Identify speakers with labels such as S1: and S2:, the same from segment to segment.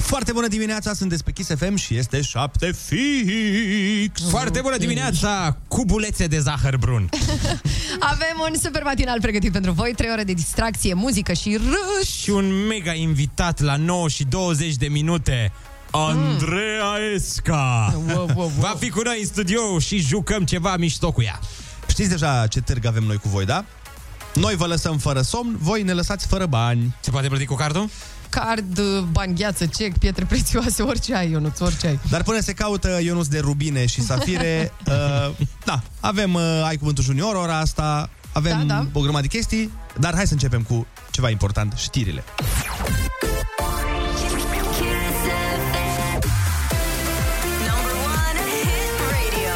S1: Foarte bună dimineața, sunt pe Kiss FM și este 7 fix.
S2: Foarte bună dimineața, cu bulețe de zahăr brun.
S3: Avem un super matinal pregătit pentru voi, 3 ore de distracție, muzică și râs.
S2: Și un mega invitat la 9 și 20 de minute. Andreea Esca
S3: Wow, wow, wow.
S2: Va fi cu noi în studio și jucăm ceva mișto cu ea
S1: Știți deja ce târg avem noi cu voi, da? Noi vă lăsăm fără somn, voi ne lăsați fără bani.
S2: Se poate plăti cu cardul?
S3: Card, bani, gheață, cec, pietre prețioase, orice ai, Ionuț, orice ai.
S1: Dar până se caută Ionuț de rubine și safire, uh, da, avem uh, Ai Cuvântul Junior, ora asta, avem
S3: Da,
S1: da,
S3: da.
S1: da. o grămadă de chestii, dar hai să începem cu ceva important, știrile.
S4: Kiss FM. Number one hit radio.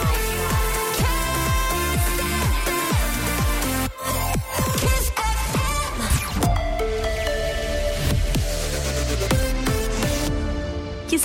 S4: Kiss FM.
S5: Kiss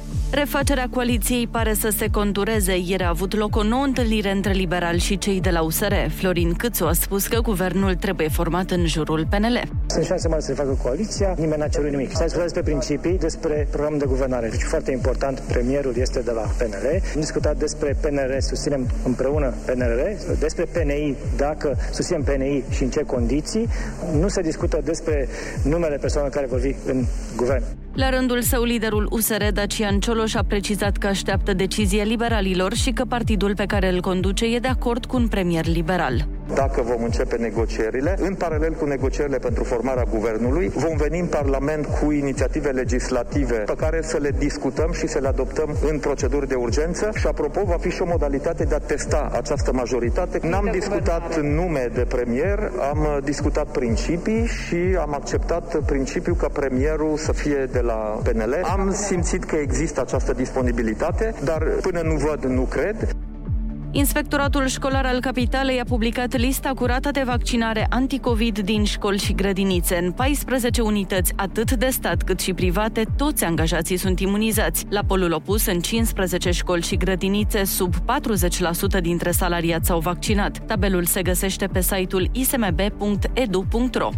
S5: Refacerea coaliției pare să se contureze. Ieri a avut loc o nouă întâlnire între liberali și cei de la USR. Florin Câțu a spus că guvernul trebuie format în jurul PNL.
S6: Sunt șanse mari să se facă coaliția, nimeni n-a cerut nimic. S-a discutat despre principii, despre program de guvernare. Deci foarte important, premierul este de la PNL. Am discutat despre PNR, susținem împreună PNR, despre PNI, dacă susținem PNI și în ce condiții. Nu se discută despre numele persoanelor care vor fi în guvern.
S5: La rândul său, liderul USR Dacian Cioloș a precizat că așteaptă decizie liberalilor și că partidul pe care îl conduce e de acord cu un premier liberal.
S7: dacă vom începe negocierile. În paralel cu negocierile pentru formarea guvernului, vom veni în Parlament cu inițiative legislative pe care să le discutăm și să le adoptăm în proceduri de urgență și, apropo, va fi și o modalitate de a testa această majoritate. N-am discutat nume de premier, am uh, discutat principii și am acceptat principiul că premierul să fie de la PNL. Am simțit că există această disponibilitate, dar până nu văd, nu cred.
S5: Inspectoratul școlar al capitalei a publicat lista curată de vaccinare anticovid din școli și grădinițe. În 14 unități, atât de stat cât și private, toți angajații sunt imunizați. La polul opus, în 15 școli și grădinițe, sub 40% dintre salariați s-au vaccinat. Tabelul se găsește pe site-ul ismb.edu.ro.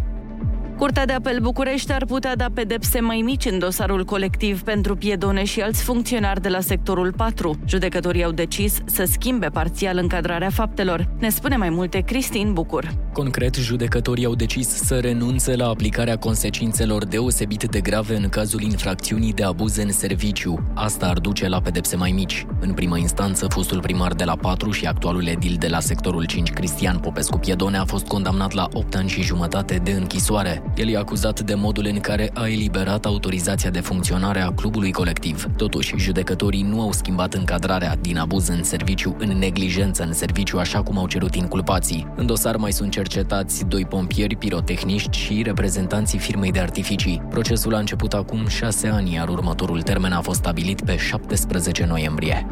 S5: Curtea de apel București ar putea da pedepse mai mici în dosarul colectiv pentru piedone și alți funcționari de la sectorul 4. Judecătorii au decis să schimbe parțial încadrarea faptelor. Ne spune mai multe Cristin Bucur.
S8: Concret, judecătorii au decis să renunțe la aplicarea consecințelor deosebit de grave în cazul infracțiunii de abuz în serviciu. Asta ar duce la pedepse mai mici. În primă instanță, fostul primar de la 4 și actualul edil de la sectorul 5, Cristian Popescu Piedone, a fost condamnat la 8 ani și jumătate de închisoare. El e acuzat de modul în care a eliberat autorizația de funcționare a clubului colectiv. Totuși, judecătorii nu au schimbat încadrarea din abuz în serviciu în neglijență în serviciu, așa cum au cerut inculpații. În dosar mai sunt cercetați doi pompieri, pirotehniști și reprezentanții firmei de artificii. Procesul a început acum șase ani, iar următorul termen a fost stabilit pe 17 noiembrie.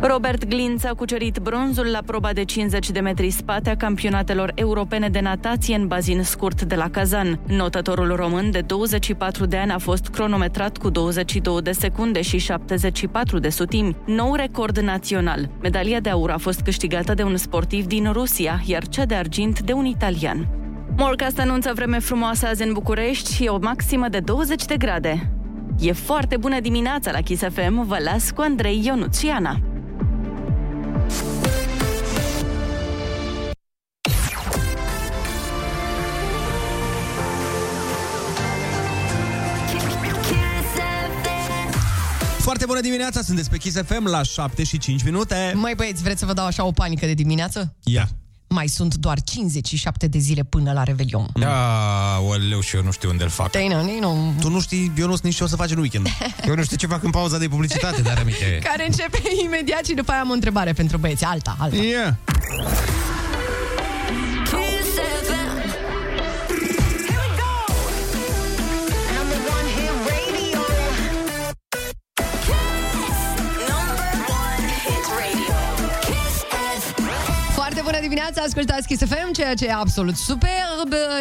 S5: Robert Glinț a cucerit bronzul la proba de 50 de metri spate a campionatelor europene de natație în bazin scurt de la Kazan. Notătorul român de 24 de ani a fost cronometrat cu 22 de secunde și 74 de sutimi, nou record național. Medalia de aur a fost câștigată de un sportiv din Rusia, iar cea de argint de un italian. Morcast anunță vreme frumoasă azi în București și o maximă de 20 de grade. E foarte bună dimineața la Kiss FM, vă las cu Andrei Ionuț și Ana.
S4: Kiss FM.
S1: Foarte bună dimineața, sunteți pe Kiss FM la 7 și 5 minute.
S3: Mai băieți, vreți să vă dau așa o panică de dimineață?
S1: Ia.
S3: Mai sunt doar 57 de zile până la Revelion.
S2: Da, oleu și eu nu știu unde îl fac
S3: Tăină, nu,
S1: Tu nu știi, Ionuț, nici ce o să faci în weekend.
S2: Eu nu știu ce fac în pauza de publicitate, dar aminte
S3: care începe imediat și după aia am o întrebare pentru băieți. Alta, alta.
S1: Yeah.
S4: Kiss FM. Here we go. Number one hit radio. Kiss. Number one hit radio. Kiss FM.
S3: Foarte bună dimineața! dimineața, ascultați Kiss FM, ceea ce e absolut superb.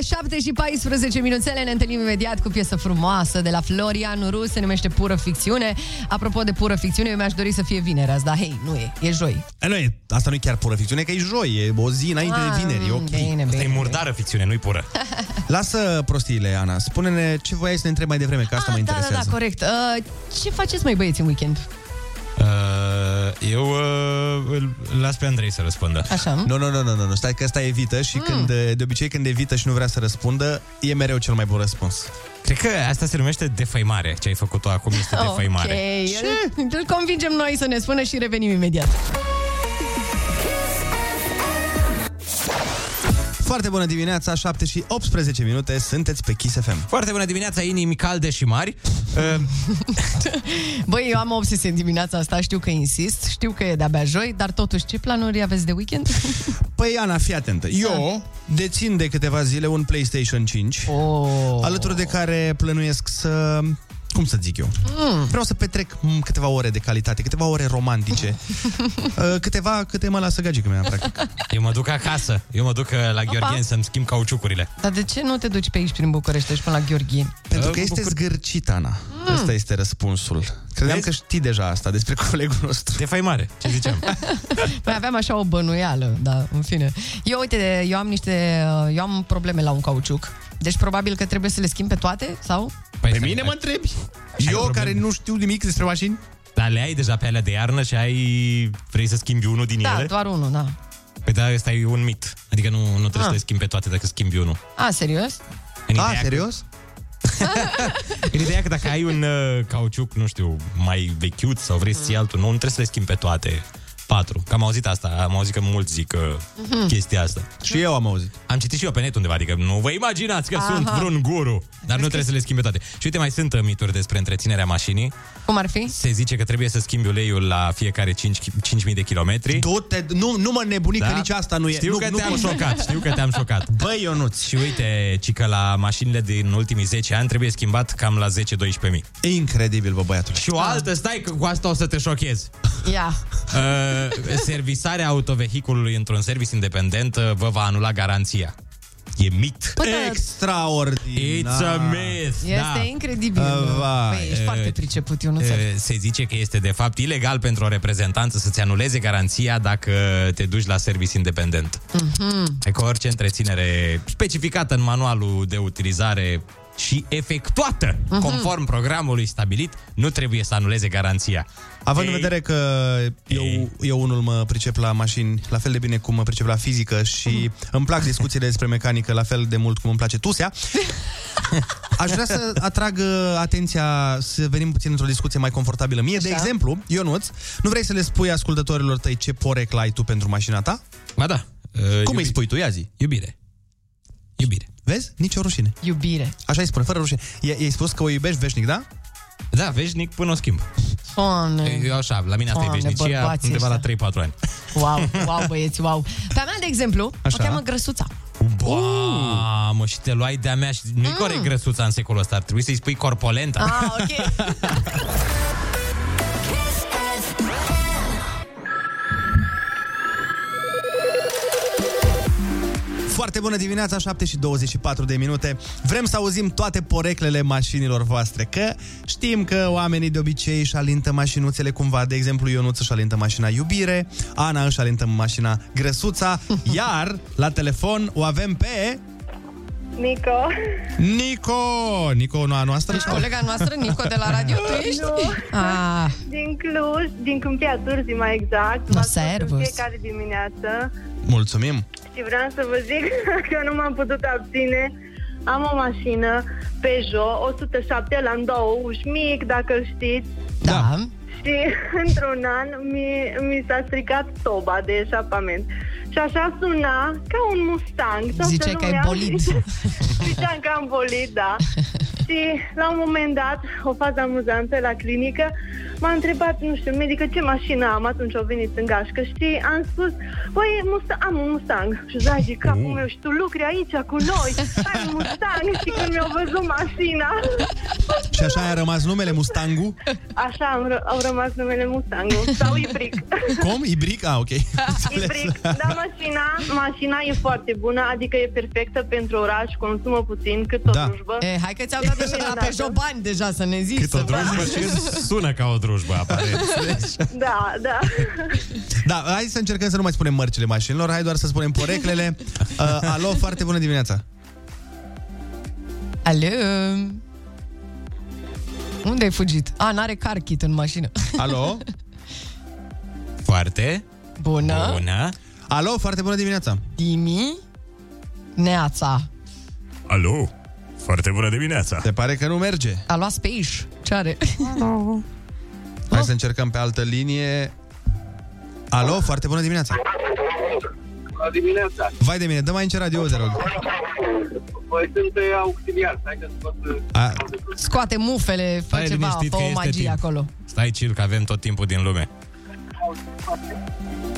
S3: 7 și 14 minuțele, ne întâlnim imediat cu piesă frumoasă de la Florian Rus, se numește Pură Ficțiune. Apropo de Pură Ficțiune, eu mi-aș dori să fie vineri azi, dar hei, nu e, e joi.
S1: E, Eh, nu e, asta nu e chiar pură ficțiune, că e joi, e o zi înainte
S3: Ah,
S1: de vineri, e ok.
S3: bine,
S2: Asta e
S3: bine.
S2: murdară ficțiune, nu-i pură.
S1: Lasă prostiile, Ana. Spune-ne ce voiai să ne întrebi mai devreme, că asta mă
S3: ah, da, da,
S1: interesează.
S3: da, corect. Uh, ce faceți mai băieți în weekend?
S1: Eh,
S2: Uh, eu uh, îl las pe Andrei să răspundă.
S3: Așa, nu?
S1: Nu, nu, nu, nu, nu, nu, stai că asta evită și mm. când, de obicei când evită și nu vrea să răspundă, e mereu cel mai bun răspuns.
S2: Cred că asta se numește defăimare. Ce ai făcut tu acum este defăimare.
S3: Ok, îl, îl convingem noi să ne spună și revenim imediat.
S1: Foarte bună dimineața, 7 și 18 minute, sunteți pe Kiss FM.
S2: Foarte bună dimineața, inimi calde și mari. Uh,
S3: Băi, eu am o obsesie în dimineața asta, știu că insist, știu că e de-abia joi, dar totuși, ce planuri aveți de weekend?
S1: Păi, Ana, fii atentă. Eu dețin de câteva zile un PlayStation 5,
S3: Oh.
S1: alături de care plănuiesc să... Cum să zic eu? Mm. Vreau să petrec mm, câteva ore de calitate, câteva ore romantice, Uh, câteva câte mă lasă gagică mea, practic.
S2: eu mă duc
S1: Da,
S2: acasă. Eu mă duc uh, la Gheorghen să-mi schimb cauciucurile.
S3: Dar de ce nu te duci pe aici prin București, ești până la Gheorghin?
S1: Pentru
S2: Uh,
S1: că
S2: mă
S1: este
S2: bucur.
S1: zgârcit, Ana. Asta este răspunsul. Credeam
S2: Vezi?
S1: că știi deja asta despre colegul nostru.
S2: Defăimare, ce Păi ziceam.
S3: Mai Păi aveam așa o bănuială, da, în fine. Eu, uite, eu am niște, eu am probleme la un cauciuc. Deci probabil că trebuie să le schimb pe toate, sau?
S2: Păi
S1: Pe
S2: să-
S1: mine mă întrebi?
S2: Așa e
S1: Eu
S2: problema.
S1: care nu știu nimic despre mașini?
S2: Dar le ai deja pe alea de iarnă și ai... Vrei să schimbi unul din
S3: Da,
S2: ele?
S3: doar unul, da.
S2: Păi da, ăsta e un mit. Adică nu, nu trebuie
S3: Ah.
S2: să le schimbi pe toate dacă schimbi unul.
S3: A, serios?
S2: În
S1: Da,
S2: ideea
S1: serios?
S2: Că, în ideea că dacă ai un uh, cauciuc, nu știu, mai vechiut sau vrei să iei altul nou, nu trebuie să le schimbi pe toate. Patru. Că am auzit asta, am auzit că mulți zic uh, chestia asta.
S1: Și eu am auzit.
S2: Am citit și eu pe net undeva, adică nu vă imaginați că Aha. sunt vreun guru, dar nu trebuie să le schimbi pe toate. Și uite, mai sunt uh, mituri despre întreținerea mașinii.
S3: Cum ar fi?
S2: Se zice că trebuie să schimbi uleiul la fiecare 5, 5.000 de kilometri.
S1: Du-te, nu, nu mă nebuni da? că nici asta nu e.
S2: Știu
S1: nu,
S2: că
S1: nu
S2: te-am
S1: pot.
S2: șocat, știu că te-am șocat.
S1: Băi, Ionuț,
S2: Și uite, ci că la mașinile din ultimii 10 ani trebuie schimbat cam la 10-12 mii.
S1: incredibil, bă, băiatul.
S2: Și o altă, stai că cu asta o să te șochezi.
S3: Ia.
S2: Uh, servisarea autovehiculului într-un serviciu independent uh, vă va anula garanția. E mit.
S3: Păi, da,
S1: Extraordinar.
S2: It's a myth.
S3: este
S2: da.
S3: incredibil.
S1: A,
S3: mă.
S1: vai.
S3: Păi, ești foarte priceput, eu nu
S2: Uh, Se zice că este de fapt ilegal pentru o reprezentanță să-ți anuleze garanția dacă te duci la serviciu independent.
S3: Mhm.
S2: Mm-hmm. Că orice întreținere specificată în manualul de utilizare și efectuată
S3: Mhm.
S2: mm-hmm. conform programului stabilit, nu trebuie să anuleze garanția.
S1: Având
S2: Ei,
S1: în vedere că eu,
S2: Ei.
S1: eu unul mă pricep la mașini la fel de bine cum mă pricep la fizică și
S2: Mm-hmm.
S1: îmi plac discuțiile despre mecanică la fel de mult cum îmi place tusea, aș vrea să atrag uh, atenția, să venim puțin într-o discuție mai confortabilă. Mie, de
S3: Așa.
S1: exemplu, Ionuț, nu vrei să le spui ascultătorilor tăi ce poreclă ai tu pentru mașina ta?
S2: Ba da. Uh,
S1: Cum
S2: iubi-
S1: îi spui tu? Ia zi.
S2: Iubire. Iubire.
S1: Vezi? Nici o rușine.
S3: Iubire.
S1: Așa îi spune, fără rușine. I- I-ai spus că o iubești veșnic, da?
S2: Da, veșnic până o schimb.
S3: Doamne.
S2: Eu așa, la mine asta e
S3: Doamne,
S2: veșnicia
S3: bărbații
S2: undeva la
S3: ăștia.
S2: 3-4 ani.
S3: Wow, wow, băieți, wow. Pe a mea, de exemplu,
S1: Așa.
S3: o cheamă Grăsuța.
S2: Ba, mă, și te luai de-a mea și nu-i corect grăsuța în secolul ăsta, ar trebui să-i spui corpolenta.
S3: Ah, ok.
S1: Foarte bună dimineața, 7 și 24 de minute. Vrem să auzim toate poreclele mașinilor voastre, că știm că oamenii de obicei își alintă mașinuțele cumva. De exemplu, Ionuț își alintă mașina iubire, Ana își alintă mașina grăsuța, iar la telefon o avem pe...
S9: Nico.
S1: Nico! Nico, nu a noastră?
S3: Deci colega noastră, Nico, de la radio, tu ești?
S9: Nu.
S3: Ah,
S9: Din Cluj, din Câmpia Turzii mai exact.
S3: No,
S9: Vă ascult
S3: servus.
S9: În fiecare dimineață
S1: Mulțumim!
S9: și vreau să vă zic că nu m-am putut abține. Am o mașină Peugeot 107, la în două uși mic, dacă îl știți.
S3: da.
S9: Și într-un an mi, mi s-a stricat toba de eșapament. Și așa suna ca un Mustang. Toată
S3: Ziceai că ai
S9: lumea-
S3: bolid.
S9: Ziceam că am bolid, da. Și la un moment dat, o fază amuzantă la clinică, m-a întrebat, nu știu, medică ce mașină am, atunci au venit în gașcă și am spus, băi, Musta- am un Mustang. Și zai de capul meu și tu lucri aici cu noi, ai un Mustang și când mi-au văzut mașina,
S1: Și așa a rămas numele Mustangu.
S9: Așa am ră- au rămas numele Mustang sau Ibric.
S1: Cum? Ibric? Ah, ok.
S9: Ibric, da, mașina, mașina e foarte bună, adică e perfectă pentru oraș, consumă puțin, cât o
S1: Da.
S9: da. drujbă.
S3: E, Eh, hai că ți-am dat așa de la Peugeot bani deja să ne zici.
S2: Cât o
S3: să-
S2: drujbă și sună ca o drujbă, aparent.
S9: Da, da.
S1: Da, hai să încercăm să nu mai spunem mărcile mașinilor, hai doar să spunem poreclele. Uh, alo, foarte bună dimineața.
S3: Alo? Unde ai fugit? A, n-are car kit în mașină.
S1: Alo?
S2: Foarte
S3: Bună,
S2: bună.
S1: Alo, foarte bună dimineața.
S3: Dimi, Neața.
S2: Alo, foarte bună dimineața.
S1: Se pare că nu merge.
S3: A luat space. Ce are?
S2: Oh.
S1: Hai să încercăm pe altă linie. Alo, foarte bună dimineața.
S10: Bună dimineața!
S1: Vai de mine, dă mai în ce radio, te rog.
S10: Păi sunt eh, auxiliar, stai că scot... eh,
S1: A,
S3: Scoate mufele, fă
S2: Stai
S3: ceva,
S2: liniștit
S3: fă
S2: că
S3: o
S2: este
S3: magie
S2: timp.
S3: acolo.
S2: Stai chill că avem tot timpul din lume.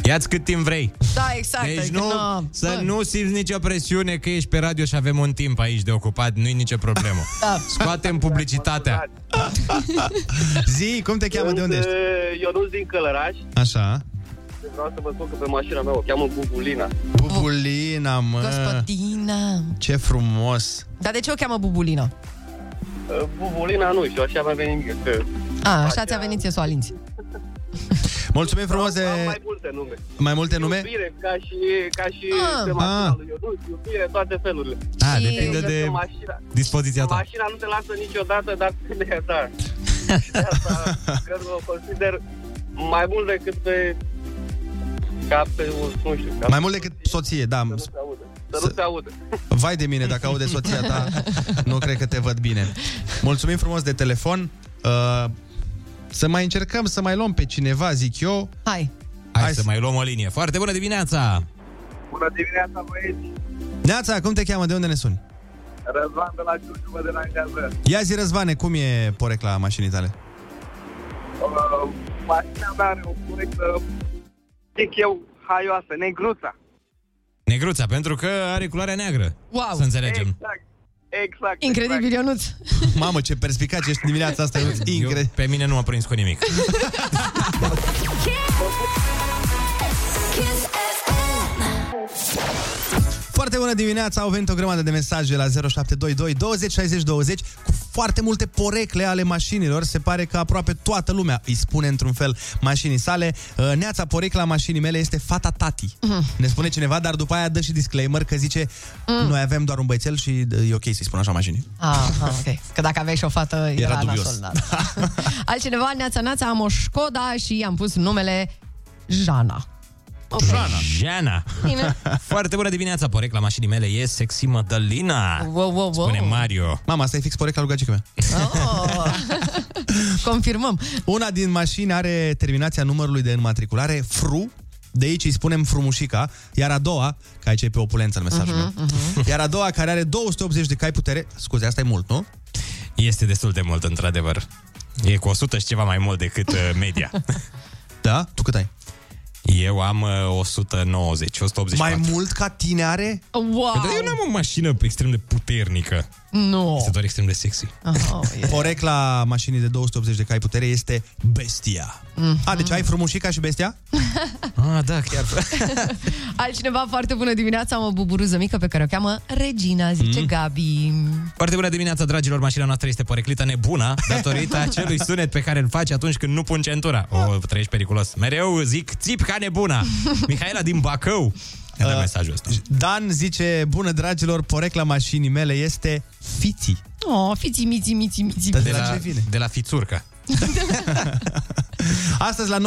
S2: Ia-ți cât timp vrei.
S3: Da, exact.
S2: Deci
S3: adică,
S2: nu,
S3: na,
S2: să
S3: bă.
S2: nu simți nicio presiune că ești pe radio și avem un timp aici de ocupat, nu-i nicio problemă.
S3: Da.
S2: Scoatem publicitatea.
S1: zi, cum te cheamă, de unde ești?
S10: eh, Ionuț din Călăraș,
S1: Așa.
S10: vreau să vă spun că pe mașina mea o cheamă Bubulina.
S3: Oh,
S1: Bubulina, mă.
S2: Ah.
S3: Gospodina.
S1: Ce frumos.
S3: Dar de ce o cheamă Bubulina?
S10: Eh, Bubulina nu știu, așa mi-a venit mie, că
S3: A, așa ți-a venit ție să o alinți.
S1: Mulțumim frumos
S10: am
S1: de
S10: mai multe nume.
S1: mai multe nume.
S10: Iubire, ca și, ca și
S3: Ah.
S10: pe mașina
S1: Ah.
S10: lui Ionuț, iubire, toate felurile.
S2: Da,
S3: Și-
S2: depinde
S10: Cred
S2: de
S10: că mașina,
S2: dispoziția
S1: Da.
S2: ta.
S10: mașina nu te lasă niciodată, dar de asta. De asta cred că o consider mai mult decât pe ca pe, nu știu, ca
S1: Mai mult decât soție, da.
S10: să nu se audă. Să nu se audă.
S1: Vai de mine, dacă aude soția ta, nu cred că te văd bine. Mulțumim frumos de telefon. Uh, să mai încercăm să mai luăm pe cineva, zic eu.
S3: Hai.
S2: Hai,
S1: Hai
S2: să
S1: să-
S2: mai luăm o linie. Foarte bună dimineața!
S10: Bună dimineața, băieți!
S1: Neața, cum te cheamă? De unde ne suni?
S10: Răzvan de la Giurgiu, vă de la Angază.
S1: Ia zi, Răzvane, cum e porecla mașinii tale?
S10: Uh, mașina mea are o curectă, zic eu, haioasă, negruța.
S2: Negruța, pentru că are culoarea neagră.
S3: Wow.
S2: Să înțelegem.
S10: Exact, exact.
S3: Incredibil, Ionuț.
S1: Mamă, ce perspicace ești dimineața asta, Ionuț.
S2: Eu,
S1: Incredibil.
S2: pe mine nu m-a prins cu nimic.
S4: Kiss FM.
S1: Foarte bună dimineața, au venit o grămadă de mesaje la 0722 20 60 20 cu foarte multe porecle ale mașinilor. Se pare că aproape toată lumea îi spune într-un fel mașinii sale. Uh, Neața porecla mașinii mele este fata tati. Ne spune cineva, dar după aia dă și disclaimer că zice noi avem doar un băițel și uh, e ok să-i spun așa mașinii.
S3: Aha, Ah, ok. Că dacă aveai și o fată, era,
S1: Era
S3: nasol,
S1: dubios.
S3: da. Altcineva, Neața Neața, am o Școda și i-am pus numele Jana.
S2: Jana. Jana.
S3: Bine.
S2: Foarte bună dimineața, porecla mașinii mele e sexy Madalina.
S3: Wow, wow, wow.
S2: Spune Mario.
S1: Mama, asta e fix porecla lui gagică mea.
S3: Oh. Confirmăm.
S1: Una din mașini are terminația numărului de înmatriculare fru, de aici îi spunem frumușica, iar a doua, că aici e pe opulență în mesajul uh-huh, meu, uh-huh. iar a doua care are 280 de cai putere, scuze, asta e mult, nu?
S2: Este destul de mult, într-adevăr. E cu 100 și ceva mai mult decât uh, media.
S1: Da? Tu cât ai?
S2: Eu am uh, 190, 184.
S1: Mai mult ca tine are?
S3: Wow.
S2: Dar eu n-am o mașină extrem de puternică.
S3: Nu.
S2: Este doar extrem de sexy.
S3: Oh, e-
S1: Porecla mașinii de 280 de cai putere este bestia. Uh-huh. A, deci ai frumușica și bestia?
S2: Ah, da, chiar.
S3: Altcineva foarte bună dimineața, am o buburuză mică pe care o cheamă Regina, zice Gabi.
S2: Foarte bună dimineața, dragilor. Mașina noastră este poreclită nebuna datorită acelui sunet pe care îl faci atunci când nu pun centura. O, trăiești periculos. Mereu zic țip ca nebuna. Mihaela din Bacău. Ne
S1: Uh,
S2: dă mesajul ăsta.
S1: Dan zice, bună dragilor, porecla mașinii mele este fiții.
S3: Oh, fiți miți, miți, miți.
S1: Dar de la ce vine?
S2: De la fițurcă.
S1: Astăzi la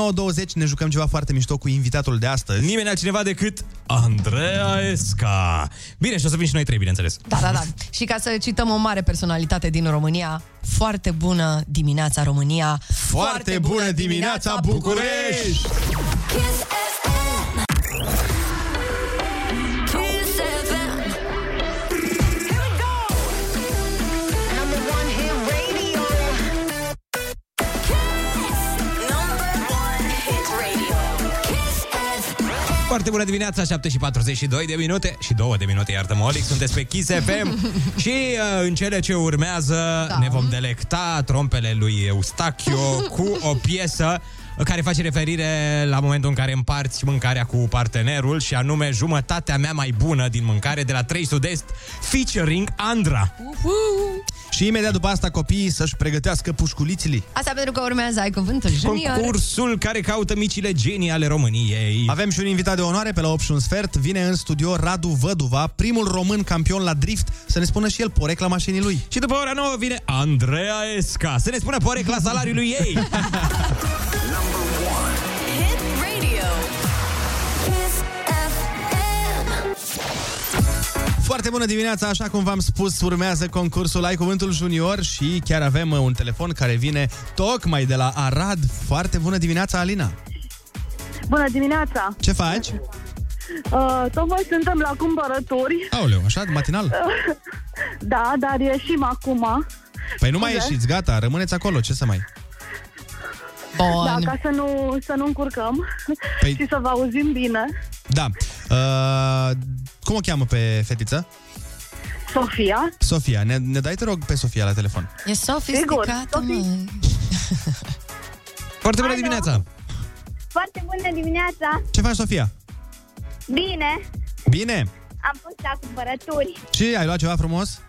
S1: 9.20 ne jucăm ceva foarte mișto cu invitatul de astăzi.
S2: Nimeni altcineva decât Andreea Esca. Bine, și o să vin și noi trei, bineînțeles.
S3: Da, da, da. Și ca să cităm o mare personalitate din România, foarte bună dimineața România.
S1: Foarte bună dimineața București!
S4: Kiss FM. Kiss FM. Here we go. Number one hit radio. Kiss. Number one hit radio. Kiss FM.
S2: Foarte bună dimineața, 7 și 42 de minute și 2 de minute, iartă-mă, Olic, sunteți pe Kiss FM și uh, în cele ce urmează da. ne vom delecta trompele lui Eustachio cu o piesă care face referire la momentul în care împarți mâncarea cu partenerul și anume jumătatea mea mai bună din mâncare de la 3 Sud-Est featuring Andra.
S1: Și imediat după asta copiii să-și pregătească pușculițele.
S3: Asta pentru că urmează ai cuvântul junior.
S2: Concursul care caută micile genii ale României.
S1: Avem și un invitat de onoare pe la 8 și un sfert. Vine în studio Radu Văduva, primul român campion la drift, să ne spună și el porecla mașinii lui.
S2: Și după ora 9 vine Andreea Esca să ne spună porecla salariului ei.
S4: Hit radio. Kiss FM.
S1: Foarte bună dimineața, așa cum v-am spus, urmează concursul Ai Cuvântul Junior și chiar avem uh, un telefon care vine tocmai de la Arad. Foarte bună dimineața, Alina!
S9: Bună dimineața!
S1: Ce faci?
S9: Uh, tocmai suntem la cumpărături.
S1: Aoleu, așa, matinal?
S9: Da, dar ieșim acum.
S1: Păi nu mai ieșiți, gata, rămâneți acolo, ce să mai...
S3: Bun.
S9: Da, ca să nu, să nu încurcăm
S1: Păi-
S9: și să vă auzim bine.
S1: Da. Uh, cum o cheamă pe fetiță?
S9: Sofia,
S1: Sofia. Ne, ne dai, te rog, pe Sofia la telefon.
S3: E sofisticată,
S9: Sigur,
S3: mă.
S2: Foarte bună dimineața!
S11: Foarte bună dimineața!
S1: Ce faci, Sofia?
S11: Bine,
S1: Bine.
S11: am fost la cumpărături.
S1: Și ai luat ceva frumos?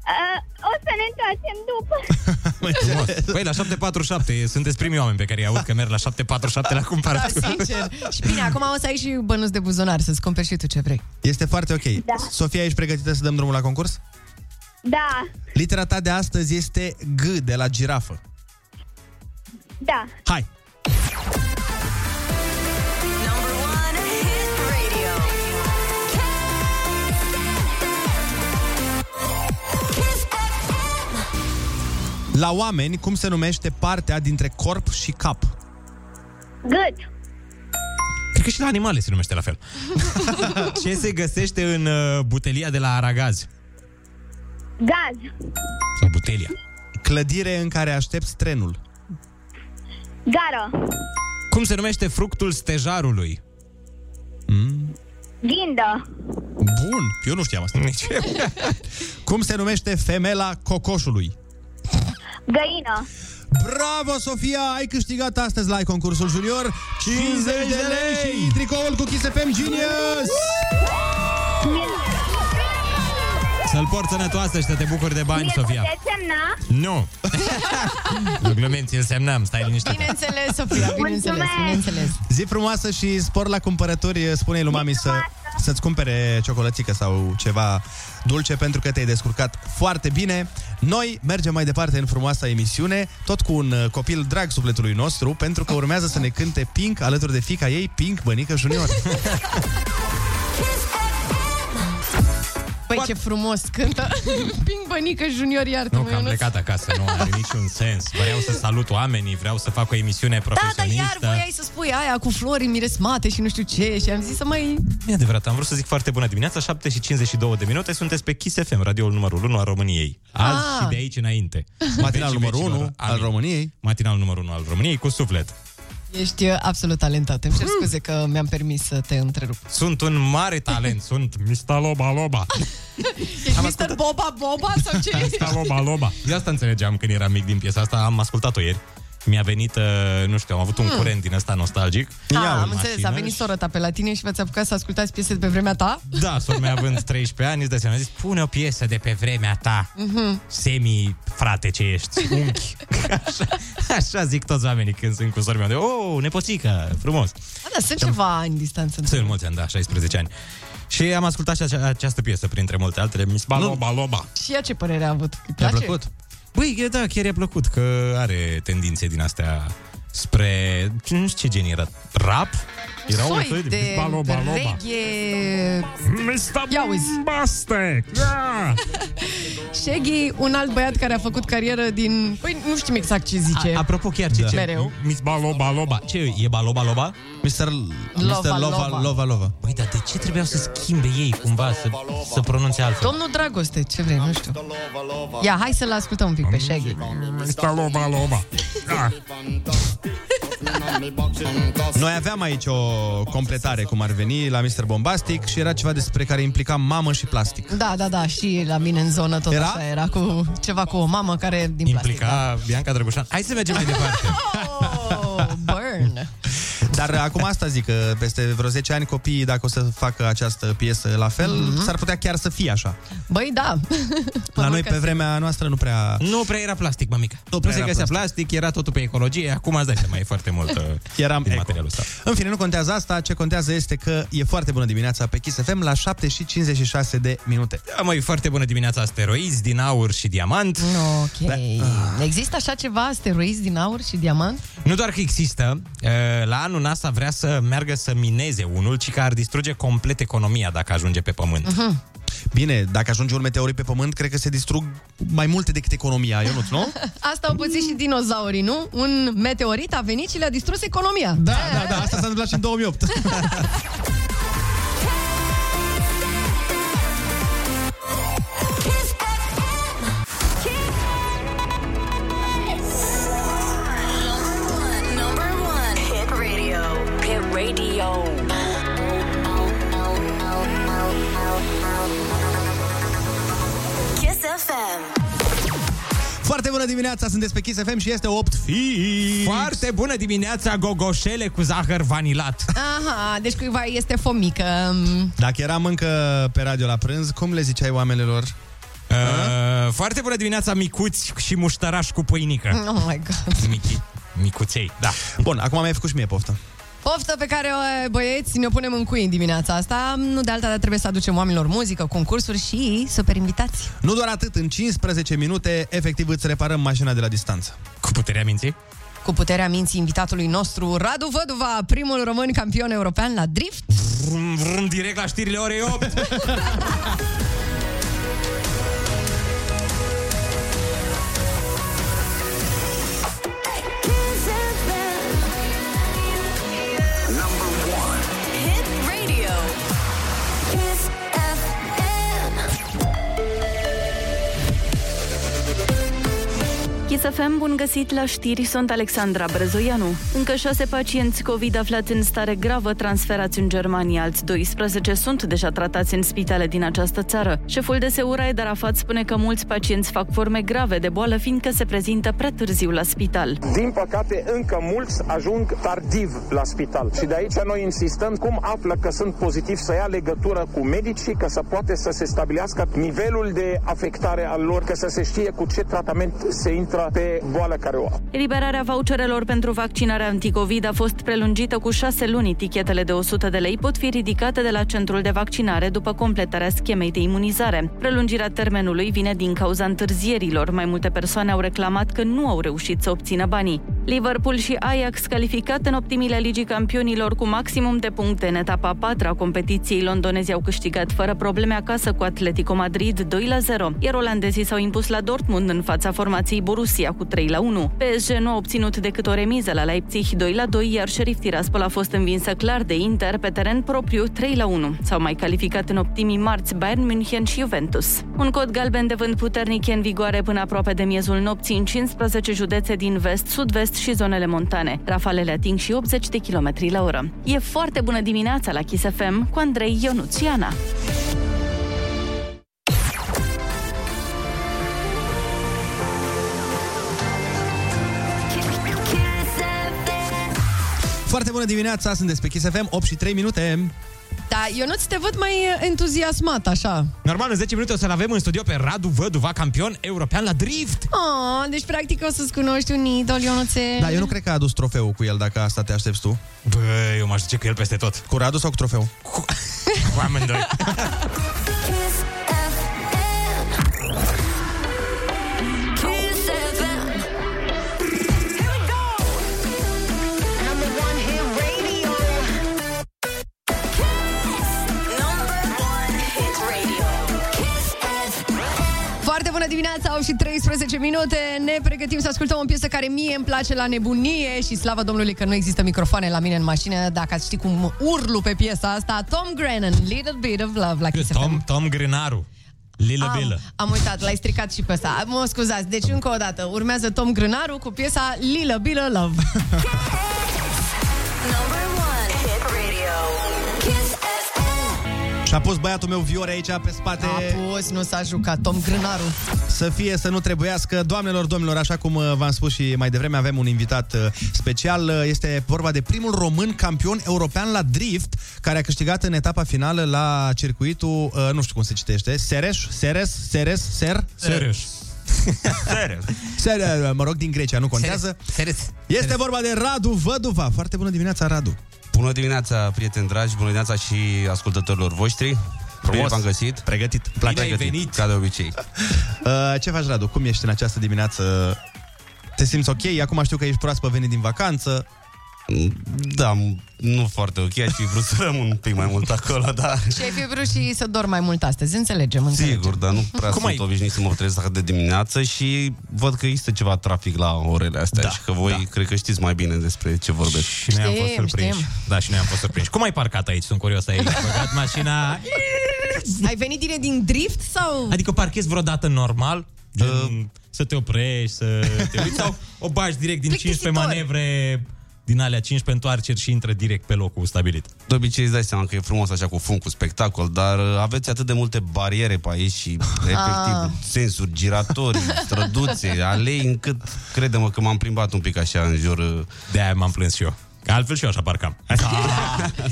S11: Uh, o să ne întoarcem după.
S2: Frumos. Păi la 747 sunteți primii oameni pe care i aud că merg la 747 la cumpărături.
S3: Sincer. Și bine, acum o să ai și bănuți de buzunar să-ți cumperi și tu ce vrei.
S1: Este foarte ok.
S11: Da.
S1: Sofia, ești pregătită să dăm drumul la concurs?
S11: Da,
S1: Litera ta de astăzi este G de la girafă.
S11: da.
S1: Hai!
S4: Number one hit radio. Kiss FM.
S1: La oameni, cum se numește partea dintre corp și cap?
S11: Gât,
S2: Cred că și la animale se numește la fel. Ce se găsește în uh, butelia de la Aragaz?
S11: gaz,
S2: Sau butelia.
S1: Clădire în care aștepți trenul.
S11: gară,
S2: Cum se numește fructul stejarului?
S11: Mm. ghindă,
S1: Bun! Eu nu știam asta.
S2: Nici eu.
S1: Cum se numește femela cocoșului?
S11: găină.
S1: Bravo, Sofia! Ai câștigat astăzi la concursul junior 50 de lei și tricoul cu Kiss FM Genius!
S2: Să-l porți sănătoasă și să te bucuri de bani, Sofia.
S11: De semna,
S2: Nu. nu glumim, ți-l semnam, stai liniștit.
S3: Bineînțeles, Sofia, bineînțeles,
S11: Mulțumesc!
S3: bineînțeles.
S1: Zi frumoasă și spor la cumpărături. Spune-i lui mami să, să-ți cumpere ciocolățică sau ceva dulce pentru că te-ai descurcat foarte bine. Noi mergem mai departe în frumoasa emisiune, tot cu un uh, copil drag sufletului nostru, pentru că urmează să ne cânte Pink alături de fica ei, Pink Bănică Junior.
S4: Kiss FM.
S3: Păi ce frumos cântă. Ping bănică junior,
S2: Nu,
S3: iartă-mă,
S2: că am
S3: Ionuț.
S2: plecat acasă, nu are niciun sens. Vreau să salut oamenii, vreau să fac o emisiune
S3: Da, dar
S2: profesionistă.
S3: iar voiai să spui aia cu flori miresmate și nu știu ce și am zis să mai...
S2: E adevărat, am vrut să zic foarte bună dimineața, 7 și 52 de minute, sunteți pe Kiss FM, radioul numărul 1 al României. Azi
S3: Ah.
S2: și de aici înainte.
S1: Matinal
S2: Vecii
S1: numărul
S2: vecilor,
S1: 1 al
S2: amin.
S1: României.
S2: Matinal numărul 1 al României cu suflet.
S3: Ești uh, absolut talentat. Îmi cer scuze că mi-am permis să te întrerup.
S2: Sunt un mare talent, sunt Mista Loba Loba.
S3: Ești Mr. Boba Boba sau ce ești?
S2: Mista Loba Loba. Eu asta înțelegeam când eram mic din piesa asta, am ascultat-o ieri. Mi-a venit, uh, nu știu, am avut un curent din ăsta nostalgic. Iau
S3: Da, am
S2: în
S3: înțeles, a
S2: mașină
S3: venit
S2: și-
S3: sora ta pe la tine și v-ați apucat să ascultați piese de pe vremea ta?
S2: Da, sora mea având 13 ani, îți dai seama, a zis, pune o piesă de pe vremea ta,
S3: Mhm.
S2: semi frate ce ești, unchi. Așa, așa zic toți oamenii când sunt cu sora mea, de, oh, nepoțică, frumos.
S3: Da, da, sunt ceva ani distanță. între
S2: Sunt mulți ani, da, 16 ani. Și am ascultat și ace- această piesă, printre multe altele, Miss Baloba Loba.
S3: Și ea ce părere a avut? Îi
S1: Mi-a
S3: place?
S1: plăcut?
S2: Băi, e, da, chiar e plăcut că are tendințe din astea spre, nu știu ce gen era, rap? Era
S3: Soi
S2: un fel de
S3: de
S2: Miss Baloba Loba.
S3: reghe... Ia uzi.
S2: Mr. Bombastic! Yeah!
S3: Shaggy, un alt băiat care a făcut carieră din... Păi nu știm exact ce zice.
S2: A, apropo, chiar ce, da. ce?
S3: Mereu.
S2: Miss Baloba Loba. Ce e Baloba Loba?
S1: Mr. Mr. Lova
S3: Lova.
S1: Lova Lova.
S2: Băi, Păi, dar de ce trebuiau să schimbe ei cumva, să, să pronunțe altfel?
S3: Domnul Dragoste, ce vrei, nu știu. Ia, hai să-l ascultăm un pic pe Shaggy.
S2: Mr. Loba Loba. Da.
S1: Noi aveam aici o completare, cum ar veni, la Mr. Bombastic și era ceva despre care implica mamă și plastic.
S3: Da, da, da, și la mine în zonă tot
S1: Era?
S3: așa era cu ceva cu o mamă care din plastic.
S2: Implica Bianca Drăgușan. Da. Hai să mergem mai departe.
S3: Oh, burn!
S1: Dar acum asta zic, că peste vreo 10 ani copiii, dacă o să facă această piesă la fel, mm-hmm. s-ar putea chiar să fie așa.
S3: Băi, da.
S1: La
S3: Mă
S1: noi,
S3: rog
S1: pe
S3: că-
S1: vremea noastră, nu prea...
S2: Nu prea era plastic, mamica. Nu prea
S1: era
S2: se găsea plastic. plastic, era totul pe ecologie. Acum îți dai seama, e foarte mult uh,
S1: Eram
S2: din
S1: eco.
S2: materialul ăsta.
S1: În fine, nu contează asta, ce contează este că e foarte bună dimineața pe Kiss FM la 7 și 56 de minute.
S2: Da, măi, foarte bună dimineața, asteroizi din aur și diamant.
S3: No, ok.
S1: Da.
S3: Există așa ceva, asteroizi din aur și diamant?
S2: Nu doar că există, uh, la anul NASA vrea să meargă să mineze unul, ci că ar distruge complet economia dacă ajunge pe pământ.
S1: Mhm. Bine, dacă ajunge un meteorit pe pământ, cred că se distrug mai multe decât economia, Ionuț, nu?
S3: Asta au pățit și dinozaurii, nu? Un meteorit a venit și le-a distrus economia.
S1: Da, da, da, asta s-a întâmplat și în 2008.
S4: Number one, number one, hit radio, hit radio. Kiss FM.
S1: Foarte bună dimineața, sunteți pe Kiss FM și este 8 fi.
S2: Foarte bună dimineața, gogoșele cu zahăr vanilat.
S3: Aha, deci cuiva este fomică.
S1: Dacă eram încă pe radio la prânz, cum le ziceai oamenilor?
S2: Uh, foarte bună dimineața, micuți și muștărași cu pâinică.
S3: Oh my god.
S1: Mhm.
S2: Michi, micuței, da.
S1: Bun, acum mi-ai făcut și mie poftă.
S3: Poftă pe care, o, băieți, ne punem în cui în dimineața asta. Nu de alta, dar trebuie să aducem oamenilor muzică, concursuri și super invitați.
S1: Nu doar atât, în 15 minute, efectiv îți reparăm mașina de la distanță.
S2: Cu puterea minții?
S3: Cu puterea minții invitatului nostru, Radu Văduva, primul român campion european la drift.
S2: Vrum, vrum, direct la știrile orei 8.
S4: Kiss FM. Number one, hit radio. Kiss FM.
S5: Chisafem, bun găsit la știri, sunt Alexandra Brezoianu. Încă șase pacienți COVID aflați în stare gravă transferați în Germania, alți 12 sunt deja tratați în spitale din această țară. Șeful de SEU Raed Arafat spune că mulți pacienți fac forme grave de boală, fiindcă se prezintă prea târziu la spital.
S7: Din păcate, încă mulți ajung tardiv la spital. Și de aici noi insistăm cum află că sunt pozitiv să ia legătură cu medicii, că să poate să se stabilească nivelul de afectare al lor, că să se știe cu ce tratament se intră pe boală care o au.
S5: Eliberarea voucherelor pentru vaccinarea anticovid a fost prelungită cu șase luni. Tichetele de 100 de lei pot fi ridicate de la centrul de vaccinare după completarea schemei de imunizare. Prelungirea termenului vine din cauza întârzierilor. Mai multe persoane au reclamat că nu au reușit să obțină banii. Liverpool și Ajax calificate în optimile Ligii Campionilor cu maximum de puncte în etapa a patra a competiției. Londonezii au câștigat fără probleme acasă cu Atletico Madrid 2 la 0, iar olandezii s-au impus la Dortmund în fața formației Borussia cu 3 la 1. PSG nu a obținut decât o remiză la Leipzig 2 la 2, iar Sheriff Tiraspol a fost învinsă clar de Inter pe teren propriu 3 la 1. S-au mai calificat în optimii marți Bayern München și Juventus. Un cod galben de vânt puternic e în vigoare până aproape de miezul nopții în 15 județe din vest, sud-vest și zonele montane. Rafalele ating și 80 de km la oră. E foarte bună dimineața la Kiss FM cu Andrei Ionuțiana.
S4: Kiss FM.
S1: Foarte bună dimineața, sunteți pe Kiss FM, 8 și 3 minute.
S3: Da, eu nu te văd mai entuziasmat așa.
S2: Normal, în 10 minute o să-l avem în studio pe Radu Văduva, campion european la drift.
S3: Oh, deci practic o să-ți cunoști un idol, Ionuțe.
S1: Da, eu nu cred că a adus trofeul cu el, dacă asta te aștepți tu.
S2: Bă, eu m-aș duce cu el peste tot.
S1: Cu Radu sau cu trofeu?
S2: Cu, cu amândoi.
S4: Kiss FM. Kiss FM. Here we go. Number one hit radio. Kiss. Number one hit radio. Kiss FM.
S3: Foarte bună dimineața, au și 13 minute. Ne pregătim să ascultăm o piesă care mie îmi place la nebunie și slavă Domnului că nu există microfoane la mine în mașină. Dacă ați ști cum urlu pe piesa asta, Tom Grennan, Little Bit of Love la Kiss
S2: Tom,
S3: FM.
S2: Tom Grânaru. Lila Bila.
S3: Am, am uitat, l-ai stricat și pe asta. Mă scuzați, deci încă o dată, urmează Tom Grânaru cu piesa Lila Bila Love.
S4: Kiss. Number one hit radio. Kiss FM.
S1: Și a pus băiatul meu Viore aici pe spate.
S3: A pus, nu s-a jucat, Tom Grânaru.
S1: Să fie, să nu trebuiască. Doamnelor, domnilor, așa cum uh, v-am spus și mai devreme, avem un invitat uh, special. Uh, Este vorba de primul român campion european la drift, care a câștigat în etapa finală la circuitul, uh, nu știu cum se citește, Sereș, Seres, Seres, Ser?
S2: Serios.
S1: Seres. Seres, mă rog, din Grecia, nu contează.
S2: Serios.
S1: Este vorba de Radu Văduva. Foarte bună dimineața, Radu.
S12: Bună dimineața, prieteni dragi, bună dimineața și ascultătorilor voștri. Bine v-am găsit.
S1: Pregătit.
S12: Bine ai venit. Ca de obicei.
S1: Uh, ce faci, Radu? Cum ești în această dimineață? Te simți ok? Acum știu că ești proaspăt venit din vacanță.
S12: Da, m- nu foarte ok, aș fi vrut să rămân un pic mai mult acolo, dar...
S3: Și ai fi vrut și să dormi mai mult astăzi, înțelegem, înțelegem.
S12: Sigur, dar nu prea Cum sunt ai? obișnuit să mă trezesc atât de dimineață și văd că există ceva trafic la orele astea da, și că voi da. cred că știți mai bine despre ce vorbesc.
S2: Și noi am fost
S3: Știm,
S2: surprinși.
S3: știm.
S2: Da, și noi am fost surprinși. Cum ai parcat aici? Sunt curios. Ai băgat mașina...
S3: Ai venit din, din drift sau...
S2: Adică parchezi vreodată normal? Gen,
S1: Uh,
S2: Să te oprești, să te uiți sau o bagi direct din 15
S3: Plictisitor.
S2: manevre din alea 15 întoarceri și intră direct pe locul stabilit.
S12: De obicei îți dai seama că e frumos așa cu fun, cu spectacol, dar uh, aveți atât de multe bariere pe aici și
S3: Ah.
S12: efectiv sensuri, giratori, străduțe, alei, încât credem că m-am plimbat un pic așa în jur. uh,
S2: De-aia m-am plâns și eu. Că altfel și eu așa parcam.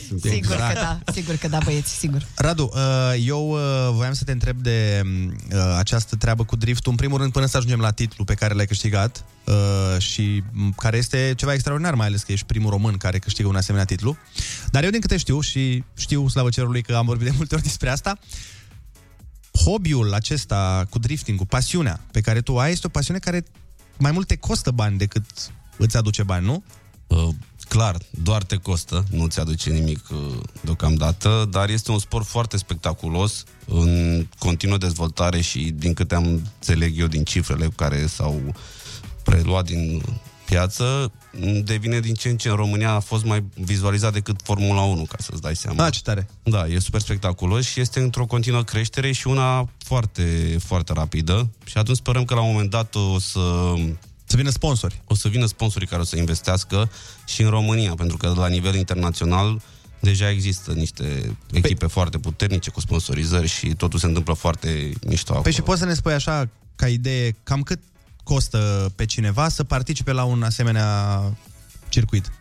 S12: suntem.
S3: Sigur că da, sigur că da, băieți, sigur.
S1: Radu, uh, eu uh, voiam să te întreb de uh, această treabă cu driftul. În primul rând, până să ajungem la titlul pe care l-ai câștigat uh, și m, care este ceva extraordinar, mai ales că ești primul român care câștigă un asemenea titlu. Dar eu din câte știu și știu, slavă cerului, că am vorbit de multe ori despre asta, hobby-ul acesta cu drifting, cu pasiunea pe care tu o ai, este o pasiune care mai mult te costă bani decât îți aduce bani, nu?
S12: Uh, clar, doar te costă, nu ți aduce nimic uh, deocamdată, dar este un sport foarte spectaculos, în continuă dezvoltare și din câte am înțeleg eu din cifrele care s-au preluat din piață, m, devine din ce în ce în România a fost mai vizualizat decât Formula 1, ca să-ți dai seama.
S1: Da, ce tare!
S12: Da, e super spectaculos și este într-o continuă creștere și una foarte, foarte rapidă și atunci sperăm că la un moment dat o să
S1: Să vină sponsori.
S12: o să vină sponsorii care o să investească și în România, pentru că la nivel internațional deja există niște
S1: Păi-
S12: echipe foarte puternice cu sponsorizări și totul se întâmplă foarte mișto acolo.
S1: Păi și poți să ne spui așa, ca idee, cam cât costă pe cineva să participe la un asemenea circuit?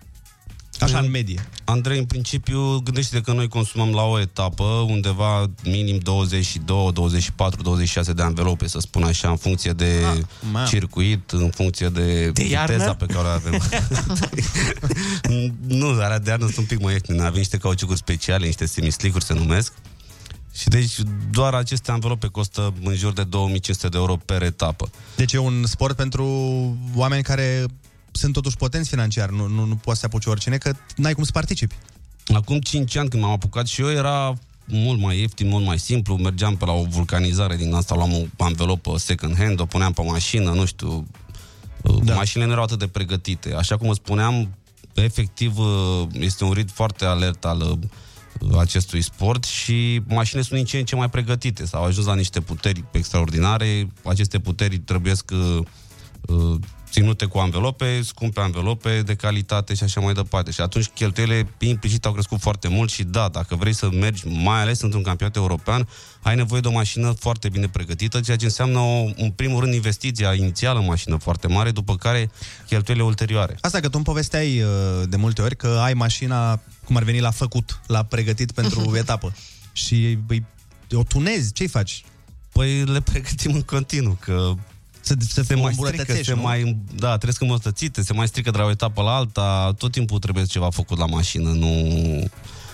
S1: Așa,
S12: Păi-
S1: în medie.
S12: Andrei, în principiu, gândește-te că noi consumăm la o etapă undeva minim 22, 24, 26 de anvelope, să spun așa, în funcție de
S1: mamă.
S12: circuit, în funcție de, de viteza
S2: iarnă?
S12: pe care o avem. nu, dar de iarnă sunt un pic mai ieftine. Avem niște cauciucuri speciale, niște semislicuri se numesc. Și deci doar aceste anvelope costă în jur de 2500 de euro per etapă.
S1: Deci e un sport pentru oameni care sunt totuși potenți financiar. Nu, nu, nu poți să apuci oricine, că n-ai cum să participi.
S12: Acum 5 ani când m-am apucat și eu era mult mai ieftin, mult mai simplu, mergeam pe la o vulcanizare din asta, luam o anvelopă second hand, o puneam pe mașină, nu știu, da. mașinile nu erau atât de pregătite. Așa cum vă spuneam, efectiv uh, este un rid foarte alert al uh, acestui sport și mașinile sunt din ce în ce mai pregătite. S-au ajuns la niște puteri extraordinare, aceste puteri trebuie să uh, ținute cu anvelope, scumpe anvelope, de calitate și așa mai departe. Și atunci cheltuielile implicit au crescut foarte mult și da, dacă vrei să mergi, mai ales într-un campionat european, ai nevoie de o mașină foarte bine pregătită, ceea ce înseamnă, o, în primul rând, investiția inițială în mașină foarte mare, după care cheltuielile ulterioare.
S1: Asta că tu îmi povesteai uh, de multe ori că ai mașina, cum ar veni, la făcut, la pregătit pentru etapă. Și băi, o tunezi, ce-i faci?
S12: Păi le pregătim în continuu, că
S1: Să, să
S12: se
S1: o
S12: mai strică,
S1: îmbunătățești,
S12: se
S1: nu?
S12: mai, da, trebuie să îmbunătățite, se mai strică de la o etapă la alta, tot timpul trebuie ceva făcut la mașină, nu,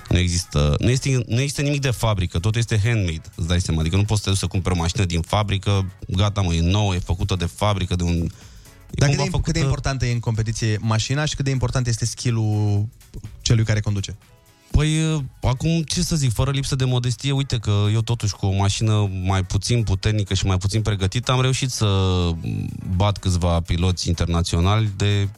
S12: nu există, nu, este, nu există nimic de fabrică, totul este handmade, îți dai seama, adică nu poți să te duci să cumperi o mașină din fabrică, gata mă, e nouă, e făcută de fabrică, de un... e
S1: Dar cât
S12: cumva
S1: de, cât de importantă e în competiție mașina și cât de important este skill-ul celui care conduce?
S12: Păi, acum, ce să zic, fără lipsă de modestie, uite că eu totuși cu o mașină mai puțin puternică și mai puțin pregătită am reușit să bat câțiva piloți internaționali de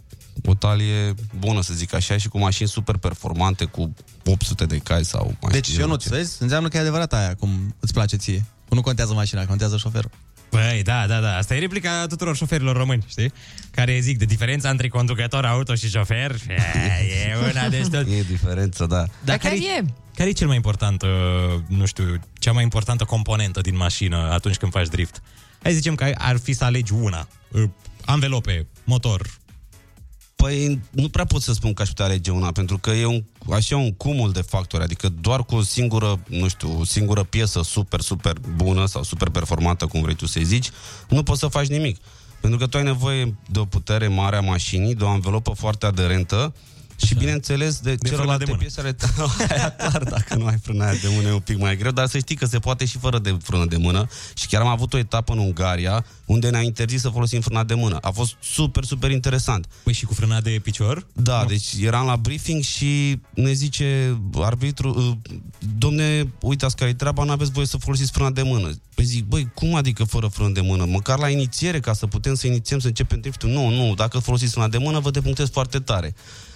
S12: o talie bună, să zic așa, și cu mașini super performante, cu 800 de cai sau mai
S1: Deci
S12: știu
S1: eu nu
S12: ce.
S1: vezi, înseamnă că e adevărat aia, cum îți place ție. Nu contează mașina, contează șoferul.
S2: Băi, da, da, da. Asta e replica tuturor șoferilor români, știi? Care zic de diferența între conducător auto și șofer. E, e una de tot.
S12: E diferență, da.
S2: Dar care e? Care e cel mai important, uh, nu știu, cea mai importantă componentă din mașină atunci când faci drift? Hai să zicem că ar fi să alegi una. Uh, Anvelope, motor.
S12: Păi nu prea pot să spun că aș putea alege una, pentru că e un, așa un cumul de factori, adică doar cu o singură, nu știu, o singură piesă super, super bună sau super performantă, cum vrei tu să-i zici, nu poți să faci nimic. Pentru că tu ai nevoie de o putere mare a mașinii, de o anvelopă foarte aderentă și, bineînțeles, de,
S2: frâna
S12: celelalte
S2: de mână.
S12: piese ale aia clar, dacă nu ai frâna aia de mână e un pic mai greu, dar să știi că se poate și fără de frână de mână și chiar am avut o etapă în Ungaria unde ne-a interzis să folosim frâna de mână. A fost super, super interesant.
S2: Păi și cu frâna de picior?
S12: Da, no. deci eram la briefing și ne zice arbitru, "Uh, domne, uitați care e treaba, nu aveți voie să folosiți frâna de mână. Păi zic, băi, cum adică fără frână de mână? Măcar la inițiere, ca să putem să inițiem, să începem driftul. Nu, nu, dacă folosiți frâna de mână, vă depunctez foarte tare.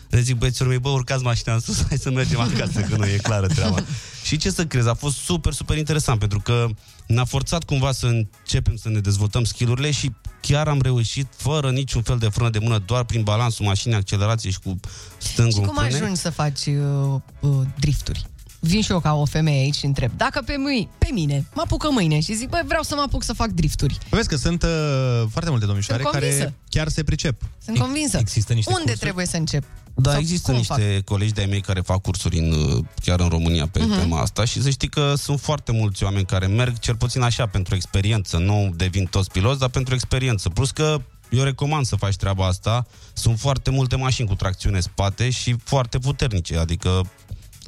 S12: Le zic, băieților mei, bă, urcați mașina în sus, hai să mergem acasă, că nu e clară treaba. și ce să crezi, a fost super, super interesant, pentru că ne-a forțat cumva să începem să ne dezvoltăm skillurile și chiar am reușit fără niciun fel de frână de mână, doar prin balansul mașinii, accelerație și cu stângul
S3: Și
S12: în
S3: cum
S12: frâne.
S3: ajungi să faci uh, uh, drifturi? Vin și eu ca o femeie aici și întreb, dacă pe, mâini, pe mine mă apucă mâine și zic, băi, vreau să mă apuc să fac drifturi.
S1: Vezi că sunt uh, foarte multe domnișoare
S3: Sunt
S1: care
S3: convinsă.
S1: chiar se pricep.
S3: Sunt convinsă.
S1: există niște
S3: Unde
S1: cursuri?
S3: trebuie să încep?
S12: Da,
S3: Sau
S12: există
S3: cum
S12: niște fac? colegi de-ai mei care fac cursuri în, uh, chiar în România pe
S3: Mhm.
S12: uh-huh. tema asta și să știi că sunt foarte mulți oameni care merg cel puțin așa pentru experiență, nu devin toți piloți, dar pentru experiență. Plus că eu recomand să faci treaba asta. Sunt foarte multe mașini cu tracțiune în spate și foarte puternice, adică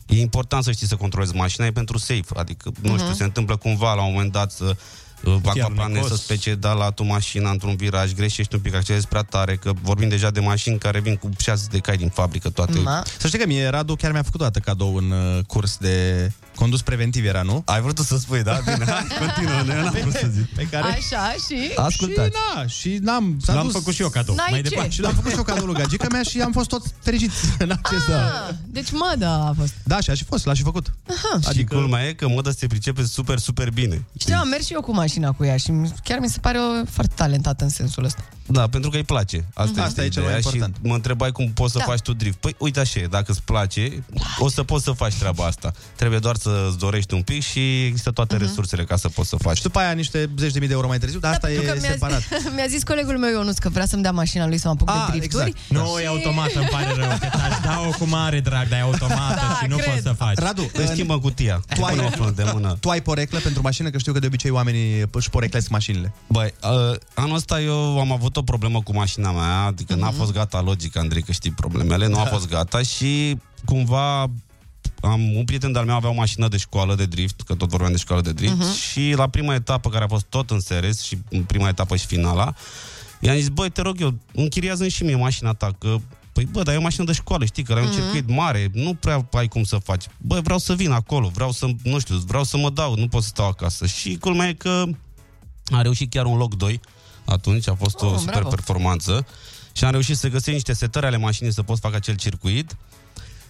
S12: e important să știi să controlezi mașina, e pentru safe, adică, nu
S13: Mhm.
S12: știu, se întâmă cumva la un moment dat să uh, acoplanezi, să
S13: necos.
S12: spece da la tu mașina într-un viraj, greșești un pic, accelerezi prea tare, că vorbim deja de mașini care vin cu 6 de cai din fabrică toate.
S1: Ma. Să știi că mie Radu chiar mi-a făcut o dată cadou un uh, curs de condus preventiv era, nu?
S12: Ai vrut tu să spui, da? Bine, hai, continuă, eu n-am vrut să zic.
S1: Pe care...
S3: Așa și...
S1: Și, na, și n-am, s-a
S2: L-am
S1: dus.
S2: făcut și eu cadou,
S3: N-ai mai ce. departe.
S1: Și l-am făcut și eu cadou lui gagica mea și am fost toți fericiți în acest
S3: Ah, deci mă, da, a fost.
S1: Da, și a și fost, l-a și făcut.
S3: Aha.
S12: Adică... Și culmea e că moda se pricepe super, super bine.
S3: Știu, am mers și eu cu mașina cu ea și mi- chiar mi se pare o, foarte talentată în sensul ăsta.
S12: Da, pentru că îi place. Asta,
S1: Mhm.
S12: este
S1: Asta e cel mai
S12: ideea
S1: important.
S12: Și mă întrebai cum poți să
S3: Da.
S12: da. faci tu drift. Păi uite așa, e, dacă îți place, o să poți să faci treaba asta. Trebuie doar să-ți dorești un pic și există toate uh-huh. resursele ca să poți să faci.
S1: Și după aia niște zeci de mii de euro mai târziu, dar asta
S3: Da, Pentru
S1: e
S3: mi-a,
S1: separat.
S3: mi-a zis colegul meu Ionuț că vrea să-mi dea mașina lui să mă apuc
S1: Ah,
S3: de drifturi.
S1: exact.
S2: Nu,
S3: Da.
S2: e automată, îmi pare rău. Că te-aș da-o cu mare drag, dar e automată
S3: Da,
S2: și nu
S3: cred.
S2: poți să faci.
S1: Radu,
S12: Îi schimbă cutia.
S1: Tu ai,
S12: de mână.
S1: tu ai poreclă pentru mașină? Că știu că de obicei oamenii își poreclesc mașinile.
S12: Băi, uh, anul ăsta eu am avut o problemă cu mașina mea, adică n-a fost gata logic, Andrei, că știi problemele, nu a fost gata și cumva am un prieten de-al meu avea o mașină de școală de drift, că tot vorbeam de școală de drift, uh-huh. și la prima etapă, care a fost tot în seres și în prima etapă și finala, i-am zis, băi, te rog eu, închiriază și mie mașina ta, că Păi bă, dar e o mașină de școală, știi, că e un
S13: Mhm.
S12: circuit mare, nu prea ai cum să faci. Bă, vreau să vin acolo, vreau să, nu știu, vreau să mă dau, nu pot să stau acasă. Și culmea e că a reușit chiar un loc 2 atunci, a fost
S13: Oh,
S12: o super
S13: bravo.
S12: performanță și am reușit să găsesc niște setări ale mașinii să pot să fac acel circuit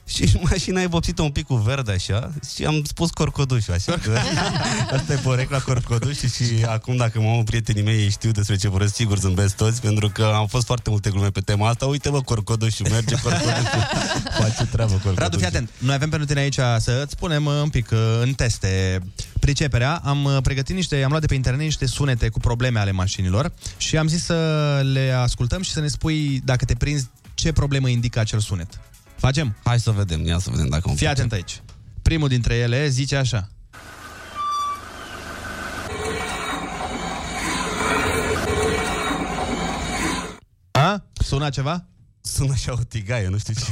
S12: și mașina e vopsită un pic cu verde așa și am spus corcodușul așa că asta e porecla corcodușul și acum dacă mă au prietenii mei ei știu despre ce vorbesc, sigur zâmbesc toți pentru că am fost foarte multe glume pe tema asta uite mă corcodușul, merge corcodușul face treabă corcodușul
S1: Radu, fii atent. Noi avem pentru tine aici să îți punem uh, un pic uh, în teste priceperea. Am uh, pregătit niște, am luat de pe internet niște sunete cu probleme ale mașinilor și am zis să le ascultăm și să ne spui dacă te prinzi ce problemă indică acel sunet. Facem?
S12: Hai să vedem, ia să vedem dacă
S1: Fii atent aici. Primul dintre ele zice așa. A? Sună ceva?
S12: Sună așa o tigaie, nu știu ce.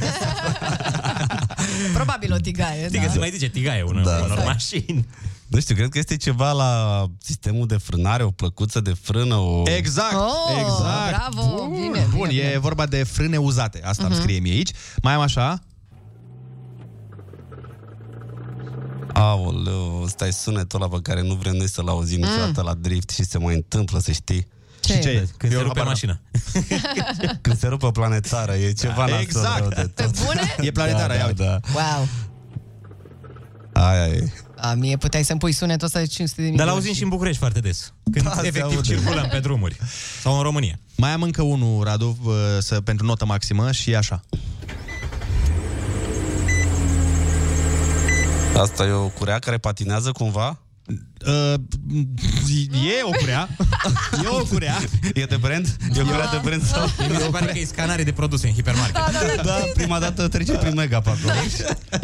S3: Probabil o tigaie,
S2: Știi că
S1: exact.
S3: da.
S2: se mai zice tigaie unor, da, unor mașini.
S12: Nu știu, cred că este ceva la sistemul de frânare, o plăcuță de frână, o...
S1: Exact,
S3: Oh,
S1: exact.
S3: bravo,
S1: bun,
S3: bine,
S1: bun,
S3: bine,
S1: e
S3: bine.
S1: vorba de frâne uzate. Asta uh-huh. îmi
S3: Mhm.
S1: scrie mie aici. Mai am așa.
S12: Aoleu, ăsta e sunetul ăla pe care nu vrem noi să-l auzim mm. niciodată la drift și se mai întâmplă, să știi.
S3: Ce Și ce e? e?
S12: Când
S2: Eu rupe mașina.
S12: Când se rupe planetară, e ceva da,
S1: Exact.
S12: de tot.
S3: Bune?
S1: E planetară,
S12: da,
S1: ia
S12: da,
S1: uite.
S12: da.
S3: Wow.
S12: Aia e.
S3: La mie puteai să-mi pui sunetul ăsta de 500 de mii.
S2: Dar l-auzim și în București foarte des. Când
S1: Da,
S2: da,
S1: se
S2: efectiv
S1: aude.
S2: circulăm pe drumuri. Sau în România.
S1: Mai am încă unul, Radu, uh, să, pentru notă maximă și e așa.
S12: Asta e o curea care patinează cumva?
S1: Uh, e o curea. E o curea.
S12: E de brand? E o curea de brand? Sau?
S2: Mi se pare că e scanare de produse în hipermarket.
S12: Da, prima dată trece prin mega pe acolo.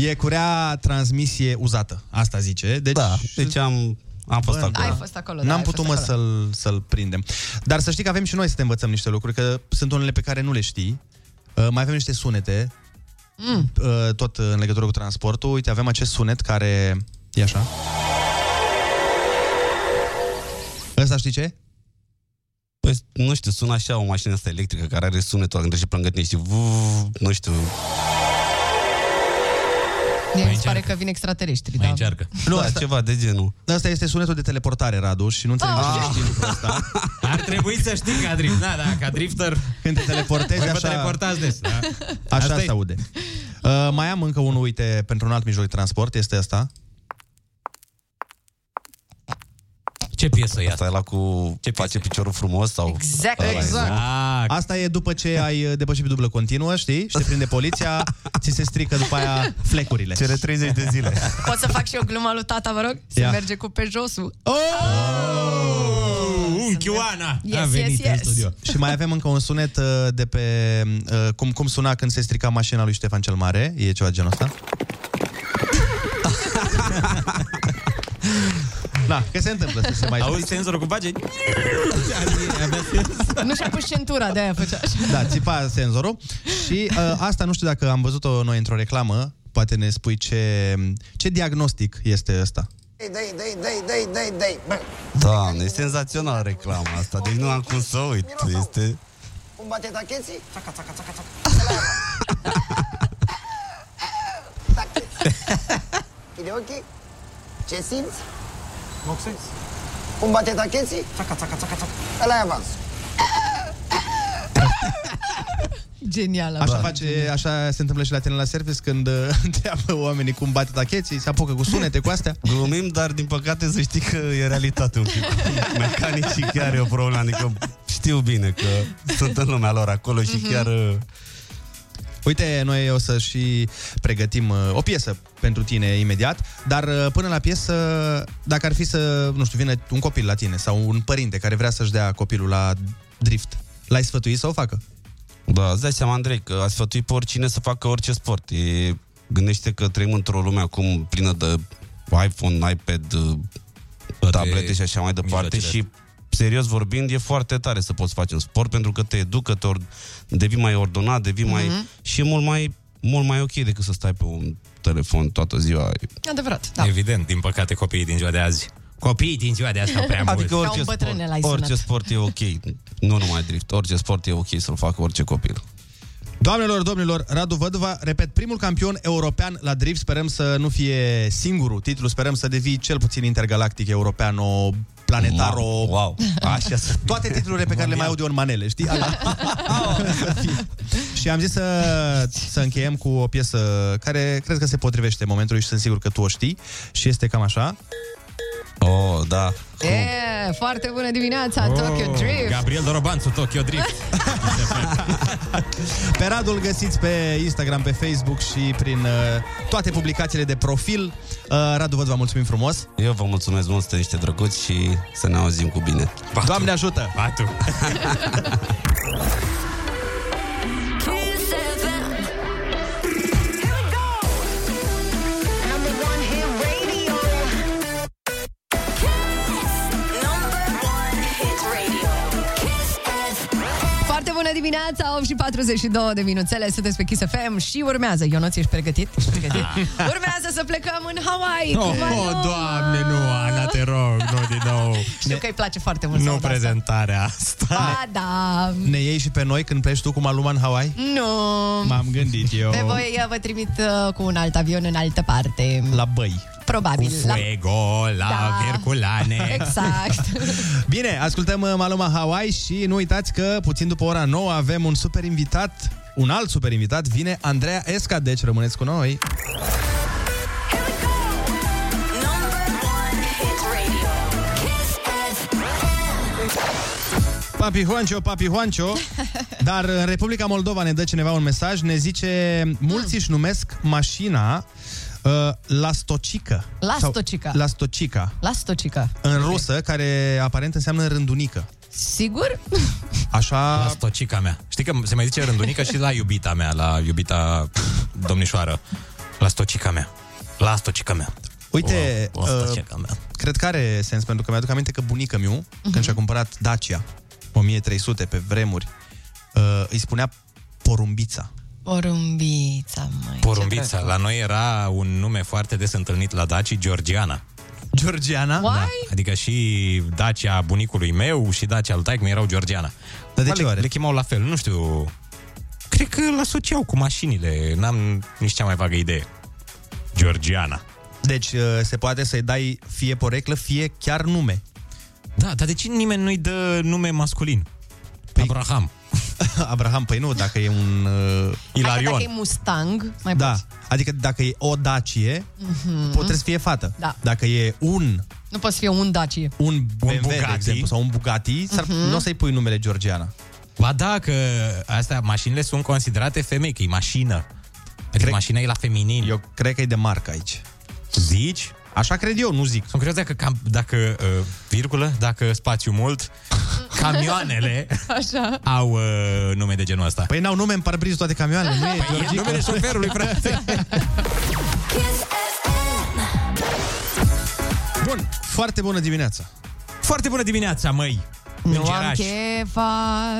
S1: E curea transmisie uzată. Asta zice. Deci, da,
S12: deci am, am fost
S3: Ai fost acolo, da,
S1: N-am
S3: ai
S1: putut,
S3: fost
S1: mă,
S3: acolo.
S1: să-l, să-l prindem. Dar să știi că avem și noi să te învățăm niște lucruri, că sunt unele pe care nu le știi. Uh, mai avem niște sunete,
S3: Mm.
S1: uh, tot în legătură cu transportul. Uite, avem acest sunet care e așa. Ăsta știi ce?
S12: Păi, nu știu, sună așa o mașină asta electrică care are sunetul ăla când și plângătnești. Nu știu.
S3: Mie mi se pare
S2: încearcă.
S3: că vin extraterestri,
S2: Mai
S3: da.
S2: încearcă.
S12: Nu, da, ceva de genul.
S1: Asta este sunetul de teleportare, Radu, și nu înțeleg de ce știi lucrul ăsta.
S2: Ar trebui să știi ca drift. Da, da, ca drifter.
S1: Când te teleportezi,
S2: Voi vă
S1: așa,
S2: teleportați des. Da?
S1: așa
S2: Asta e.
S1: se aude. Uh, mai am încă unul, uite, pentru un alt mijloc de transport, este asta.
S2: Ce piesă e asta?
S12: Asta e la cu ce face piciorul frumos sau...
S3: Exact,
S12: Ăla e,
S3: exact.
S12: nu?
S2: Ah,
S1: Asta e după ce ai uh, depășit pe dublă continuă, știi? Și te prinde poliția, ți se strică după aia flecurile.
S12: Cere 30 de zile.
S3: Pot să fac și eu gluma lui tata, vă rog? Se
S1: Ia.
S3: merge cu Peugeotul.
S1: Oh!
S2: Oh, unchioana!
S3: Yes,
S2: a venit
S3: yes,
S2: în
S3: yes.
S2: studio.
S1: Și mai avem încă un sunet uh, de pe uh, cum, cum suna când se strica mașina lui Ștefan cel Mare. E ceva genul ăsta. Da, că se întâmplă să se mai...
S2: Auzi senzorul cum face?
S3: Nu și-a pus centura, de-aia făcea așa.
S1: Da, țipa senzorul. Și uh, asta nu știu dacă am văzut-o noi într-o reclamă. Poate ne spui ce, ce diagnostic este ăsta.
S12: Da, e senzațional reclama asta, deci nu am cum să uit. Este...
S13: Ce simți? Boxez. Cum bate tacheții? Țaca, țaca, țaca, țaca. Ăla e avans.
S3: Genial.
S1: Așa face, așa se întâmplă și la tine la service când uh, întreabă oamenii cum bate tacheții, se apucă cu sunete, cu astea.
S12: Glumim, dar din păcate să știi că e realitate un pic. Mecanicii chiar e o problemă, adică știu bine că sunt în lumea lor acolo și
S13: Mhm.
S12: chiar... uh,
S1: Uite, noi o să și pregătim uh, o piesă pentru tine imediat, dar uh, până la piesă, dacă ar fi să, nu știu, vină un copil la tine sau un părinte care vrea să-și dea copilul la drift, l-ai sfătuit să o facă?
S12: Da, îți dai seama, Andrei, că a sfătuit pe oricine să facă orice sport. E... Gândește că trăim într-o lume acum plină de iPhone, iPad, uh,
S2: Toate
S12: tablete și așa mai departe
S2: mijloacele.
S12: și serios vorbind, e foarte tare să poți face un sport pentru că te educă, te or- devii mai ordonat, devii
S3: Mhm.
S12: mai... și e mult mai, mult mai ok decât să stai pe un telefon toată ziua.
S3: Adevărat, da.
S2: Da. Evident, din păcate copiii din ziua de azi. Copiii din ziua de azi au prea mult.
S12: Adică
S3: un
S12: orice, sport,
S3: bătrânel ai sunat.
S12: orice sport e ok. Nu numai drift, orice sport e ok să-l facă orice copil.
S1: Doamnelor, domnilor, Radu Vădva, repet, primul campion european la drift, sperăm să nu fie singurul titlu, sperăm să devii cel puțin intergalactic european, o planetaro...
S12: Wow, wow. Așa să...
S1: Toate titlurile pe care le mai aud eu în manele, știi? Alea. și am zis să, să încheiem cu o piesă care cred că se potrivește momentului și sunt sigur că tu o știi și este cam așa.
S12: Oh, da.
S3: E, foarte bună dimineața, Tokyo
S1: Oh,
S3: Drift.
S2: Gabriel Dorobanțu, Tokyo Drift.
S1: Pe Radu îl găsiți pe Instagram, pe Facebook și prin uh, toate publicațiile de profil. Uh, Radu, vă mulțumim frumos.
S12: Eu vă mulțumesc mult, sunteți niște drăguți și să ne auzim cu bine.
S1: Doamne ajută!
S2: Patu.
S4: Kiss FM. Here we go. Number one hit radio. Kiss. Number one hit radio. Kiss FM.
S3: Foarte bună dimineața, 8 și 42 de minuțele, sunteți pe Kiss FM și urmează. Ionuț, ești pregătit? Ești pregătit? Urmează să plecăm în Hawaii!
S2: Oh,
S3: cu Mario.
S2: oh, doamne, nu, Ana, te rog, nu din nou.
S3: Știu că îi place foarte mult
S2: Nu
S3: soda
S2: prezentarea asta.
S3: Asta. Ba, da.
S1: Ne iei și pe noi când pleci tu cu Maluma în Hawaii?
S3: Nu.
S1: M-am gândit eu
S3: Pe voi eh, vă trimit eh, cu un alt avion în altă parte.
S1: la băi.
S3: Probabil. La...
S2: Fuego la
S3: Da.
S2: Virculane.
S3: Exact.
S1: Bine, ascultăm uh, Maluma Hawaii și nu uitați că puțin după ora 9 avem un super invitat, un alt super invitat, vine Andreea Esca, deci rămâneți cu noi.
S4: Number
S1: Papi Juancio, Papi Juancio. Dar în Republica Moldova ne dă cineva un mesaj, ne zice, mulți își numesc mașina uh, Lastocică.
S3: Lastocica.
S1: Sau Lastocica.
S3: La Stocica.
S1: În rusă, care aparent înseamnă rândunică.
S3: Sigur?
S1: Așa...
S2: La stocica mea. Știi că se mai zice rândunică și la iubita mea, la iubita domnișoară. La stocica mea. La stocica mea.
S1: Uite,
S2: O, o
S1: uh,
S2: stocica mea.
S1: cred că are sens, pentru că mi-aduc aminte că bunica miu, uh-huh. când și-a cumpărat Dacia 1300 pe vremuri, uh, îi spunea porumbița.
S3: Porumbița, măi.
S2: Porumbița. La noi era un nume foarte des întâlnit la Daci, Georgiana.
S1: Georgiana?
S2: Da. Adică și Dacia bunicului meu și Dacia al taic erau Georgiana.
S1: Dar de ce
S2: le, le chemau la fel, nu știu... Cred că îl asociau cu mașinile, n-am nici cea mai vagă idee. Georgiana.
S1: Deci uh, se poate să-i dai fie poreclă, fie chiar nume.
S2: Da, dar de ce nimeni nu-i dă nume masculin? Păi... Abraham.
S1: Abraham, păi nu, dacă e un... Uh,
S3: Așa dacă e Mustang, mai
S1: Da, adică dacă e o dacie,
S3: Mhm.
S1: mm-hmm. pot să fie fată.
S3: Da.
S1: Dacă e un
S3: Nu poți fi un Dacie.
S1: un BMW, de
S2: Bugatti.
S1: exemplu, sau un Bugatti, s-ar,
S3: Mhm.
S1: nu o să-i pui numele Georgiana.
S2: Ba da, că astea, mașinile sunt considerate femei, că e mașină. Adică cred... mașina e la feminin.
S1: Eu cred că e de marcă aici.
S2: Zici?
S1: Așa cred eu, nu zic.
S2: Sunt curios dacă, cam, dacă uh, virgulă, dacă spațiu mult, camioanele
S3: Așa.
S2: au uh, nume de genul ăsta.
S1: Păi n-au nume în parbriz toate camioanele, nu e
S2: Păi e
S1: Georgica.
S2: numele șoferului, frate.
S1: Bun, foarte bună dimineața.
S2: Foarte bună dimineața, măi.
S3: Nu am chef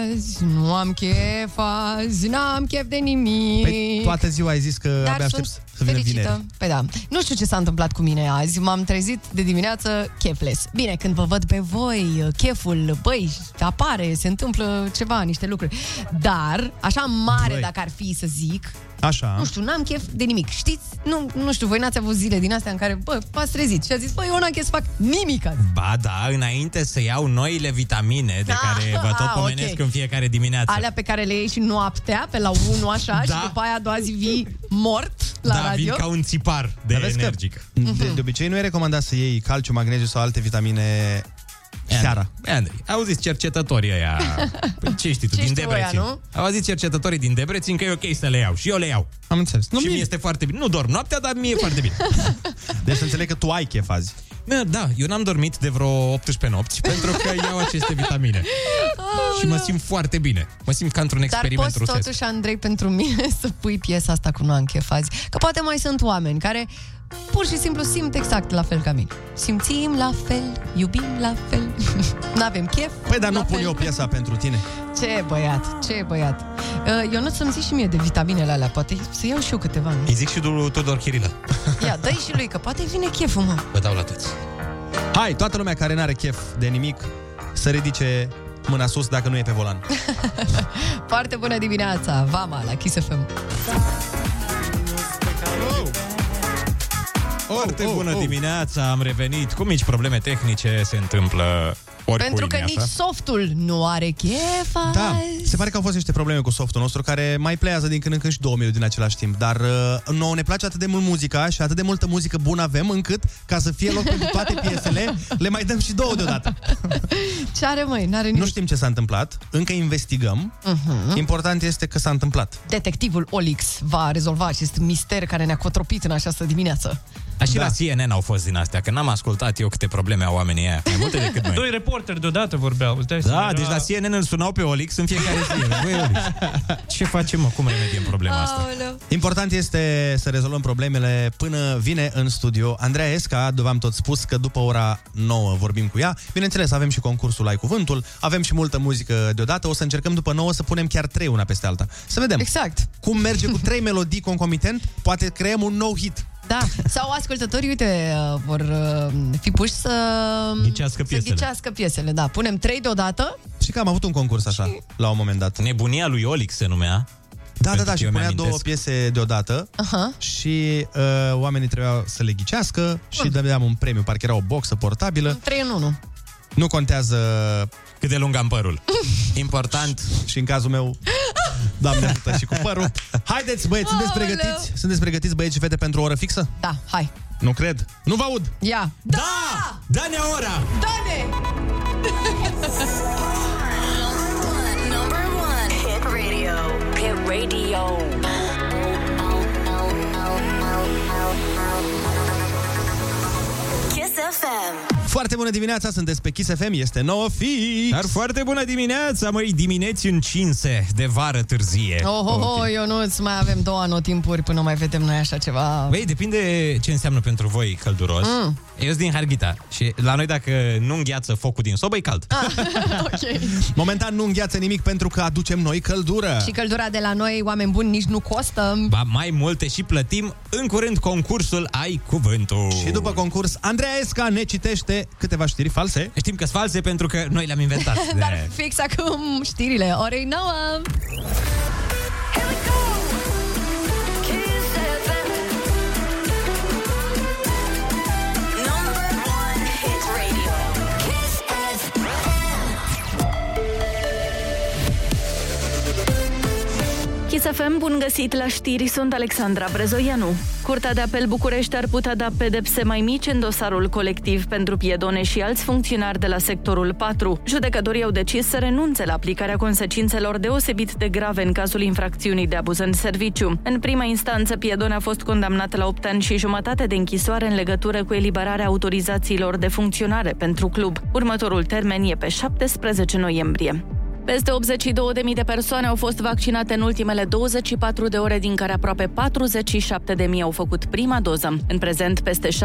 S3: azi, nu am chef azi, n-am chef de nimic.
S1: Păi toată ziua ai zis că Dar abia aștept
S3: sunt
S1: să vină
S3: fericită.
S1: vineri.
S3: Păi da. Nu știu ce s-a întâmplat cu mine azi. M-am trezit de dimineață chefless. Bine, când vă văd pe voi, cheful, băi, apare, se întâmplă ceva, niște lucruri. Dar, așa mare,
S1: Băi.
S3: dacă ar fi să zic,
S1: Așa.
S3: nu știu, n-am chef de nimic. Știți? Nu, nu știu, voi n-ați avut zile din astea în care, bă, v-ați trezit și a zis, băi, eu n-am chef să fac nimic azi.
S2: Ba da, înainte să iau noile vitamine de
S3: Ah,
S2: care vă tot
S3: ah,
S2: pomenesc
S3: ok.
S2: în fiecare dimineață.
S3: Alea pe care le iei și noaptea, pe la 1 așa, da. și după aia a doua zi vii mort la
S2: da, vin
S3: radio.
S2: ca un țipar de
S1: Dar vezi că
S2: energic.
S1: De, de obicei nu e recomandat să iei calciu, magneziu sau alte vitamine seara.
S2: Andrei, au zis cercetătorii ăia. Păi ce știi tu,
S3: Ce
S2: din
S3: știu
S2: Debrețin.
S3: ăia,
S2: Au zis cercetătorii din Debrețin că e ok să le iau. Și eu le iau.
S1: Am înțeles.
S2: Nu, și mie este foarte bine. Nu dorm noaptea, dar mie e foarte bine.
S1: Deci să înțeleg că tu ai chef azi.
S2: Da, da, eu n-am dormit de vreo 18 nopți pentru că iau aceste vitamine. și mă simt foarte bine. Mă simt ca într-un
S3: Oh, Dar
S2: experiment
S3: poți
S2: rusesc.
S3: totuși, Andrei, pentru mine să pui piesa asta cu nu am chef azi. Că poate mai sunt oameni care pur și simplu simt exact la fel ca mine. Simțim la fel, iubim la fel. N-avem chef.
S1: Păi dar
S3: la
S1: nu pun
S3: fel.
S1: eu piesa pentru tine.
S3: Ce băiat, ce băiat. Uh, Eu nu să-mi zici și mie de vitaminele alea, poate să iau și eu câteva. Nu?
S2: Îi zic și lui Tudor Chirilă.
S3: Ia, dă și lui, că poate vine cheful, mă.
S2: Vă dau la toți.
S1: Hai, toată lumea care n-are chef de nimic să ridice mâna sus dacă nu e pe volan.
S3: Foarte bună dimineața, Vama, la Kiss FM.
S2: Foarte
S1: oh,
S2: bună
S1: oh.
S2: dimineața, am revenit. Cu mici probleme tehnice se întâmplă oricui
S3: Pentru că nici softul nu are chef azi.
S1: Da, se pare că au fost niște probleme cu softul nostru care mai pleiază din când în când și 2000 din același timp, dar uh, nouă ne place atât de mult muzica și atât de multă muzică bună avem încât ca să fie loc pentru toate piesele, le mai dăm și două deodată.
S3: Ce are, măi? N-are nimic.
S1: Nu știm ce s-a întâmplat, încă investigăm.
S3: Mhm.
S1: Important este că s-a întâmplat.
S3: Detectivul Olix va rezolva acest mister care ne-a cotropit în această dimineață.
S2: Dar și da. la CNN au fost din astea, că n-am ascultat eu câte probleme au oamenii aia, mai multe decât noi.
S14: Doi reporteri deodată vorbeau. îți dai seama,
S2: Da, deci la CNN îl sunau pe Olix în fiecare zi. Băi, Olix, ce facem, mă? Cum remediem problema asta?
S1: Important este să rezolvăm problemele până vine în studio Andreea Esca, v-am tot spus că după ora 9 vorbim cu ea. Bineînțeles, avem și concursul Ai Cuvântul, avem și multă muzică deodată, o să încercăm după 9 să punem chiar 3 una peste alta. Să vedem.
S3: Exact.
S1: Cum merge cu 3 melodii concomitent, poate creăm un nou hit.
S3: Da, sau ascultătorii, uite, uh, vor uh, fi puși să um,
S2: Ghicească
S3: să ghicească piesele. Da, punem trei deodată.
S1: Și că am avut un concurs așa, la un moment dat.
S2: Nebunia lui Olix se numea.
S1: Da, da,
S2: Pentru
S1: da,
S2: că
S1: și
S2: eu
S1: punea
S2: mi-amintesc.
S1: două piese deodată
S3: Aha.
S1: și uh, oamenii trebuiau să le ghicească și dădeam un premiu, parcă era o boxă portabilă.
S3: Trei în unu.
S1: Nu contează
S2: Cât de lung am părul. Important.
S1: și în cazul meu, doamne ajută și cu părul. Haideți, băieți, sunteți
S3: Aoleu!
S1: pregătiți? Sunteți pregătiți, băieți și fete, pentru o oră fixă?
S3: Da, hai.
S1: Nu cred. Nu vă aud.
S3: Ia.
S1: Da!
S3: Da,
S2: Da! Da-ne Da! ora!
S3: Dă-ne!
S4: Number
S1: Foarte bună dimineața, sunteți pe Kiss FM, este 9 fix.
S2: Dar foarte bună dimineața, măi, dimineți în cinse, de vară târzie.
S3: Oh, oh, oh, okay. Ionuț, mai avem două anotimpuri până mai vedem noi așa ceva.
S2: Băi, depinde ce înseamnă pentru voi călduros.
S3: Mm.
S2: Mm. Eu sunt din Harghita și la noi dacă nu îngheață focul din sobă, e cald.
S1: Ah.
S3: ok.
S1: Momentan nu îngheață nimic pentru că aducem noi căldură.
S3: Și căldura Adică de la noi, oameni buni, nici nu costă.
S2: Ba mai multe și plătim în curând concursul Ai Cuvântul.
S1: Și după concurs, Andreea Esca ne citește câteva știri false.
S2: Știm că sunt false pentru că noi le-am inventat.
S3: Dar fix acum știrile, orei nouă.
S4: Number one hit radio. Kiss FM.
S5: Chisafem, bun găsit la știri, sunt Alexandra Brezoianu. Curtea de apel București ar putea da pedepse mai mici în dosarul colectiv pentru piedone și alți funcționari de la sectorul 4. Judecătorii au decis să renunțe la aplicarea consecințelor deosebit de grave în cazul infracțiunii de abuz în serviciu. În prima instanță, piedone a fost condamnat la 8 ani și jumătate de închisoare în legătură cu eliberarea autorizațiilor de funcționare pentru club. Următorul termen e pe 17 noiembrie. Peste 82.000 de persoane au fost vaccinate în ultimele 24 de ore, din care aproape 47.000 au făcut prima doză. În prezent, peste 6.400.000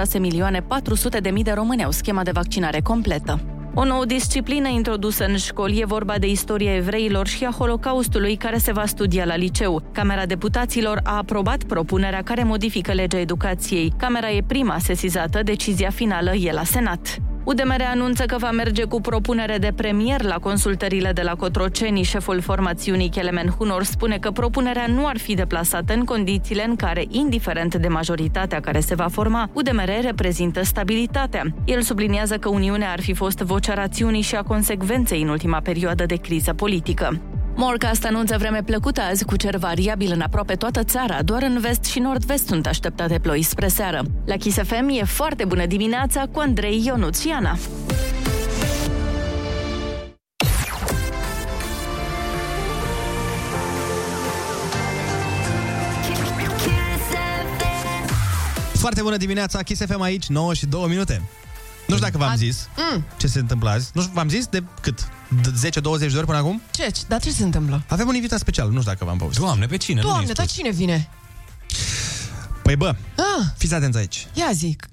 S5: de români au schema de vaccinare completă. O nouă disciplină introdusă în școli e vorba de istoria evreilor și a Holocaustului care se va studia la liceu. Camera Deputaților a aprobat propunerea care modifică legea educației. Camera e prima sesizată, decizia finală e la Senat. UDMR anunță că va merge cu propunere de premier la consultările de la Cotroceni. Șeful formațiunii Kelemen Hunor spune că propunerea nu ar fi deplasată în condițiile în care, indiferent de majoritatea care se va forma, UDMR reprezintă stabilitatea. El subliniază că Uniunea ar fi fost vocea rațiunii și a consecvenței în ultima perioadă de criză politică. Morcast anunță vreme plăcută azi cu cer variabil în aproape toată țara, doar în vest și nord-vest sunt așteptate ploi spre seară. La Kiss FM e foarte bună dimineața cu Andrei Ionuțiana.
S1: Foarte bună dimineața, Kiss FM aici, 9 și 2 minute. Nu știu dacă v-am zis
S3: Mm.
S1: ce se întâmplă azi. Nu știu, v-am zis de cât? De 10-20 de ori până acum?
S3: Ce? Dar ce se întâmplă?
S1: Avem un invitat special, nu știu dacă v-am povestit.
S2: Doamne, pe cine?
S3: Doamne, dar cine vine?
S1: Păi bă,
S3: Ah,
S1: fiți atenți aici.
S3: ia zic.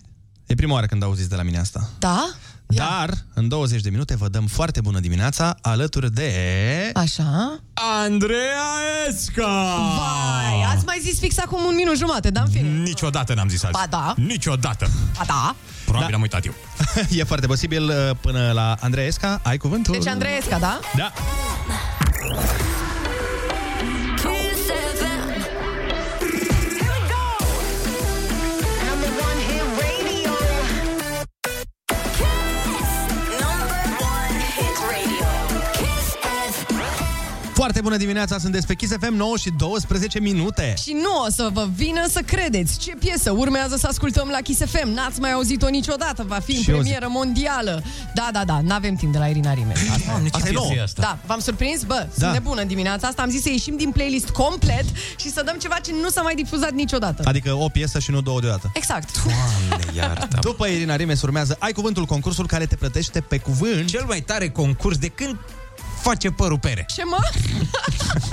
S1: E prima oară când auziți de la mine asta.
S3: Da?
S1: Dar, în 20 de minute, vă dăm foarte bună dimineața alături de...
S3: Așa.
S2: Andreea Esca!
S3: Vai, ați mai zis fix acum un minut jumate, dar în fine.
S2: Niciodată n-am zis azi.
S3: Ba da.
S2: Niciodată.
S3: A, da.
S2: Probabil da. am uitat eu.
S1: e foarte posibil uh, până la Andreea Esca. Ai cuvântul?
S3: Deci Andreesca, da?
S1: Da.
S4: Kiss FM. Here we go. Number one hit radio. Kiss. Number one hit radio. Kiss FM.
S1: Foarte bună dimineața, sunteți pe Kiss FM 9 și 12 minute.
S3: Și nu o să vă vină să credeți ce piesă urmează să ascultăm la Kiss FM. N-ați mai auzit-o niciodată, va fi în
S1: Și eu zic.
S3: premieră mondială. Da, da, da, n-avem timp de la Irina Rime.
S2: Doamne, ce
S1: Asta e
S2: piesă
S1: nouă.
S2: e asta?
S3: Da, v-am surprins? Bă, da.
S1: Da.
S3: sunt nebună în dimineața asta. Am zis să ieșim din playlist complet și să dăm ceva ce nu s-a mai difuzat niciodată.
S1: Adică o piesă și nu două deodată.
S3: Exact.
S2: Doamne, iartă.
S1: După Irina Rimes urmează Ai cuvântul concursul care te plătește pe cuvânt.
S2: Cel mai tare concurs de când face părul pere.
S3: Ce mă?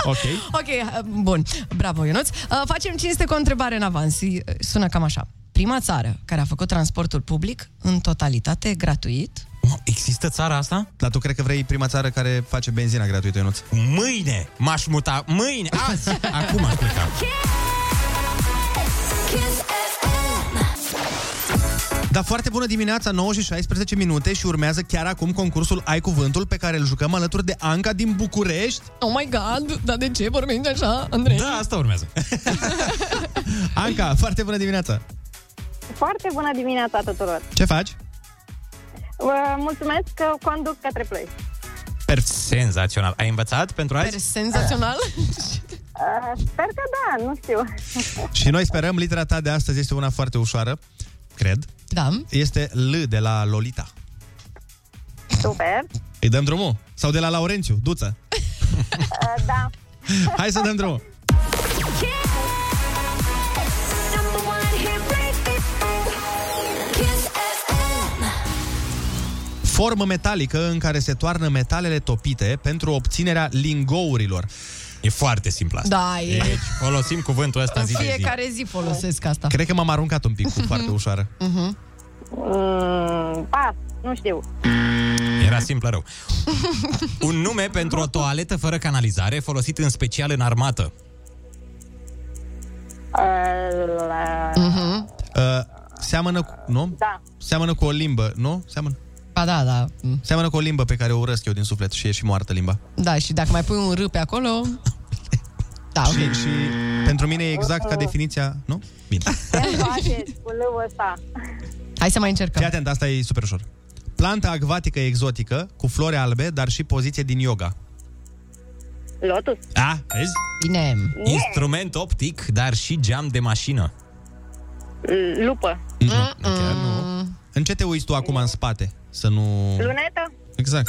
S1: Ok.
S3: Ok, uh, bun. Bravo, Ionuț. Uh, Facem cinste cu o întrebare în avans. Uh, Sună cam așa. Prima țară care a făcut transportul public în totalitate gratuit.
S2: Mă, Există țara asta?
S1: Dar tu cred că vrei prima țară care face benzina gratuită, Ionuț.
S2: Mâine m-aș muta. Mâine, azi. Acum aș pleca.
S4: Kiss
S1: Dar foarte bună dimineața, 9 și 16 minute și urmează chiar acum concursul Ai cuvântul pe care îl jucăm alături de Anca din București.
S3: Oh my god, dar de ce vorbim de așa, Andrei?
S2: Da, asta urmează.
S1: Anca, foarte bună dimineața!
S11: Foarte bună dimineața tuturor!
S1: Ce faci?
S11: Vă mulțumesc că conduc către ploi.
S2: Senzațional. Ai învățat pentru azi?
S3: Senzațional.
S11: Uh, Sper că da, nu știu.
S1: Și noi sperăm, litera ta de astăzi este una foarte ușoară, cred.
S3: Da.
S1: Este L de la Lolita.
S11: Super.
S1: Îi dăm drumul? Sau de la Laurențiu, Duță.
S11: Uh, Da.
S1: Hai să dăm drumul.
S4: Number one hit radio. Kiss FM.
S1: formă metalică în care se toarnă metalele topite pentru obținerea lingourilor.
S2: E foarte simplu
S3: asta. Da, e.
S2: Deci folosim cuvântul ăsta
S3: În
S2: zi de zi.
S3: fiecare zi folosesc asta.
S1: Cred că m-am aruncat un pic cu foarte ușoară.
S3: Mhm.
S15: Mm, pas, nu știu.
S2: Era simplă rău. Un nume pentru o toaletă fără canalizare folosit în special în armată.
S1: Uh-huh. Uh, seamănă cu... Nu? Da. Seamănă cu o limbă, nu? Seamănă?
S3: Ba da, da.
S1: Seamănă cu o limbă pe care o urăsc eu din suflet și e și moartă limba.
S3: Da, și dacă mai pui un R pe acolo... Da,
S1: și, și pentru mine e exact ca definiția, nu? Bine.
S15: Ce faceți cu lău ăsta?
S3: Hai să mai încercăm.
S1: Fii atent, asta e super ușor. Planta acvatică exotică, cu flori albe, dar și poziție din yoga.
S15: Lotus.
S2: A, vezi?
S3: Bine.
S2: Instrument optic, dar și geam de mașină.
S15: Lupă.
S1: Nu, chiar nu. În ce te uiți tu acum în spate? Să nu...
S15: Lunetă?
S1: Exact.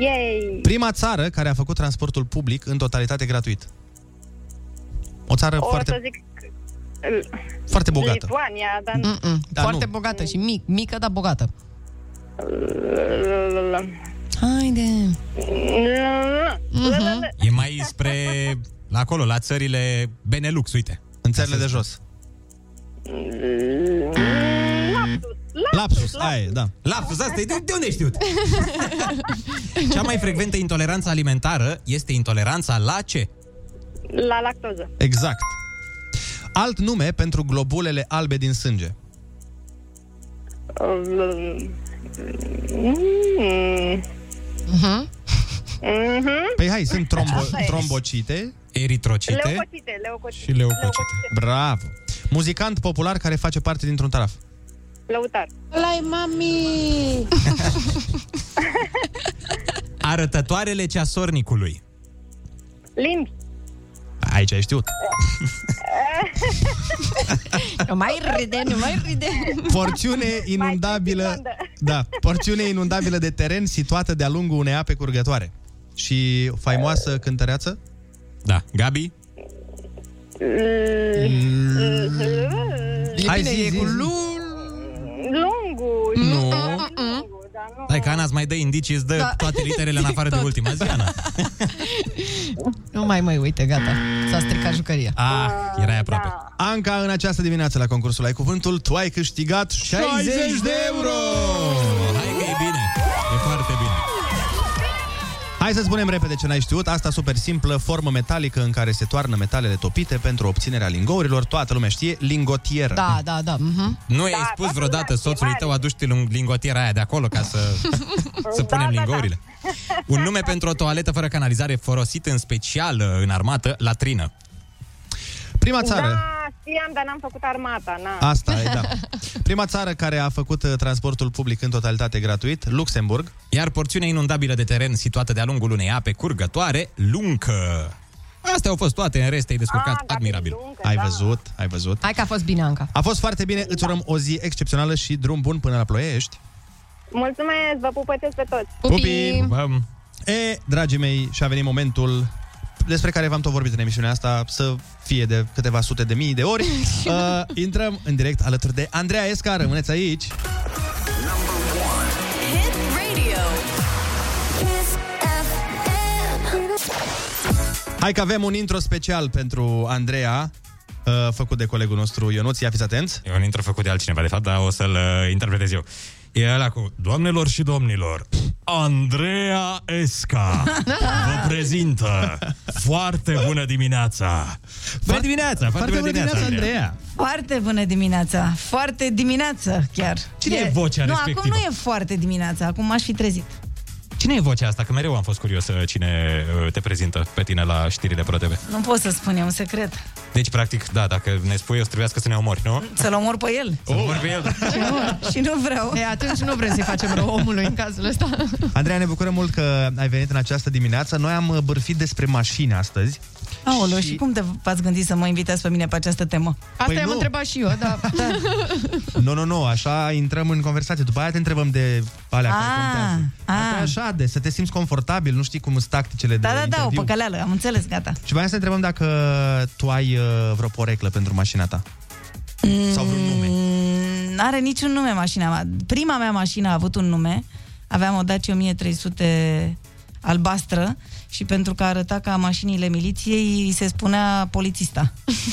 S15: Yay!
S1: Prima țară care a făcut transportul public în totalitate gratuit. O țară
S15: O să
S1: foarte,
S15: zic...
S1: foarte bogată.
S15: Lituania, dar...
S3: Mm-mm.
S1: Da,
S3: Foarte
S1: nu.
S3: bogată și mic, mică, dar bogată.
S15: Haide!
S2: E mai spre... La acolo, la țările Benelux, uite.
S1: În țările de jos.
S2: Lapsus, aia da. Lapsus, asta e de, de unde ai știut? Cea mai frecventă intoleranță alimentară este intoleranța la ce?
S15: La lactoză.
S1: Exact. Alt nume pentru globulele albe din sânge.
S15: Um, Mm. Mhm.
S1: Păi hai, sunt trombo-
S15: Asta e.
S1: trombocite,
S2: eritrocite
S15: Leucocite, leucocite.
S2: și leucocite.
S1: Bravo! Muzicant popular care face parte dintr-un taraf.
S15: Lăutar.
S16: Lai, mami!
S2: Arătătoarele ceasornicului.
S15: Limbi.
S1: Aici ai știut.
S3: Nu mai râde, nu mai râde.
S1: Porțiune inundabilă... Da, porțiune inundabilă de teren situată de-a lungul unei ape curgătoare. Și faimoasă cântăreață?
S2: Da. Gabi?
S1: E Hai, bine, zi, e zi, cu zi.
S15: Lungul.
S2: Nu.
S15: Lungul, da, nu.
S2: Hai că Ana îți mai dă indicii, îți dă
S15: Da.
S2: toate literele în afară de ultima zi, Ana. Ah,
S3: Nu mai, mai, uite, gata. S-a stricat jucăria.
S2: Ah, erai aproape.
S1: Anca, în această dimineață la concursul Ai Cuvântul, tu ai câștigat 60 de euro!
S2: Oh, Hai că e bine, e foarte bine.
S1: Hai să spunem repede ce n-ai știut. Asta super simplă, formă metalică în care se toarnă metalele topite pentru obținerea lingourilor. Toată lumea știe, lingotieră.
S3: Da, da, da. mhm.
S2: Nu i-ai spus vreodată soțului tău, aduci-te lung- lingotiera aia de acolo ca să, să punem
S15: Da,
S2: lingourile. Un nume pentru o toaletă fără canalizare folosit în special uh, în armată, latrină.
S1: Prima țară.
S15: Da, știam, dar n-am făcut armata, na.
S1: Asta e, da. Prima țară care a făcut uh, transportul public în totalitate gratuit, Luxemburg.
S2: Iar porțiunea inundabilă de teren situată de-a lungul unei ape curgătoare, luncă. Astea au fost toate, în rest ai descurcat admirabil.
S1: Ai văzut, ai văzut.
S3: Hai că a fost bine, Anca.
S1: A fost foarte bine, îți urăm o zi excepțională și drum bun până la ploiești.
S15: Mulțumesc, vă pupătesc pe toți.
S2: Pupim!
S1: E, dragii mei, și-a venit momentul despre care v-am tot vorbit în emisiunea asta, să fie de câteva sute de mii de ori. Uh, intrăm în direct alături de Andreea Esca, rămâneți aici.
S4: Hit radio. Kiss FM.
S1: Hai că avem un intro special pentru Andreea, uh, făcut de colegul nostru Ionuț, ia fiți atenți.
S2: E un intro făcut de altcineva, de fapt, dar o să-l uh, interpretez eu. E ăla cu Doamnelor și domnilor, Andreea Esca vă prezintă Foarte bună dimineața! Bună dimineața! Foarte, bună dimineața, Andreea!
S17: Foarte bună dimineața! Foarte dimineață, chiar!
S2: Cine e vocea
S17: nu,
S2: respectivă?
S17: acum nu e foarte dimineața, acum m-aș fi trezit.
S2: Cine e vocea asta? Că mereu am fost curios uh, cine uh, te prezintă pe tine la știrile Pro TV.
S17: Nu pot să spun, e un secret.
S2: Deci, practic, da, dacă ne spui, o să trebuiască să ne omori, nu?
S17: Să-l omor pe el.
S2: Să omori pe el.
S17: Nu, și nu vreau.
S3: E, atunci nu vrem să-i facem rău omului în cazul ăsta.
S17: Păi
S1: Andreea, ne bucurăm mult că ai venit în această dimineață. Noi am uh, bârfit despre mașini astăzi.
S17: Aoleu, și... și cum te v-ați gândit să mă invitați pe mine pe această temă?
S1: Păi nu.
S3: și eu, da.
S1: Nu, nu, nu, așa intrăm în conversație. După aia te întrebăm de alea care
S17: Ah,
S1: contează. Asta
S17: ah.
S1: e așa, de să te simți confortabil, nu știi cum sunt tacticele
S17: Da,
S1: de
S17: da, da, o
S1: interviu.
S17: păcăleală, am înțeles, gata.
S1: Și mai să te întrebăm dacă tu ai uh, vreo poreclă pentru mașina ta. Sau vreun nume.
S17: N-are Mm, niciun nume mașina mea. Prima mea mașină a avut un nume. Aveam o Dacia 1300 albastră și pentru că arăta ca mașinile miliției, îi se spunea polițista.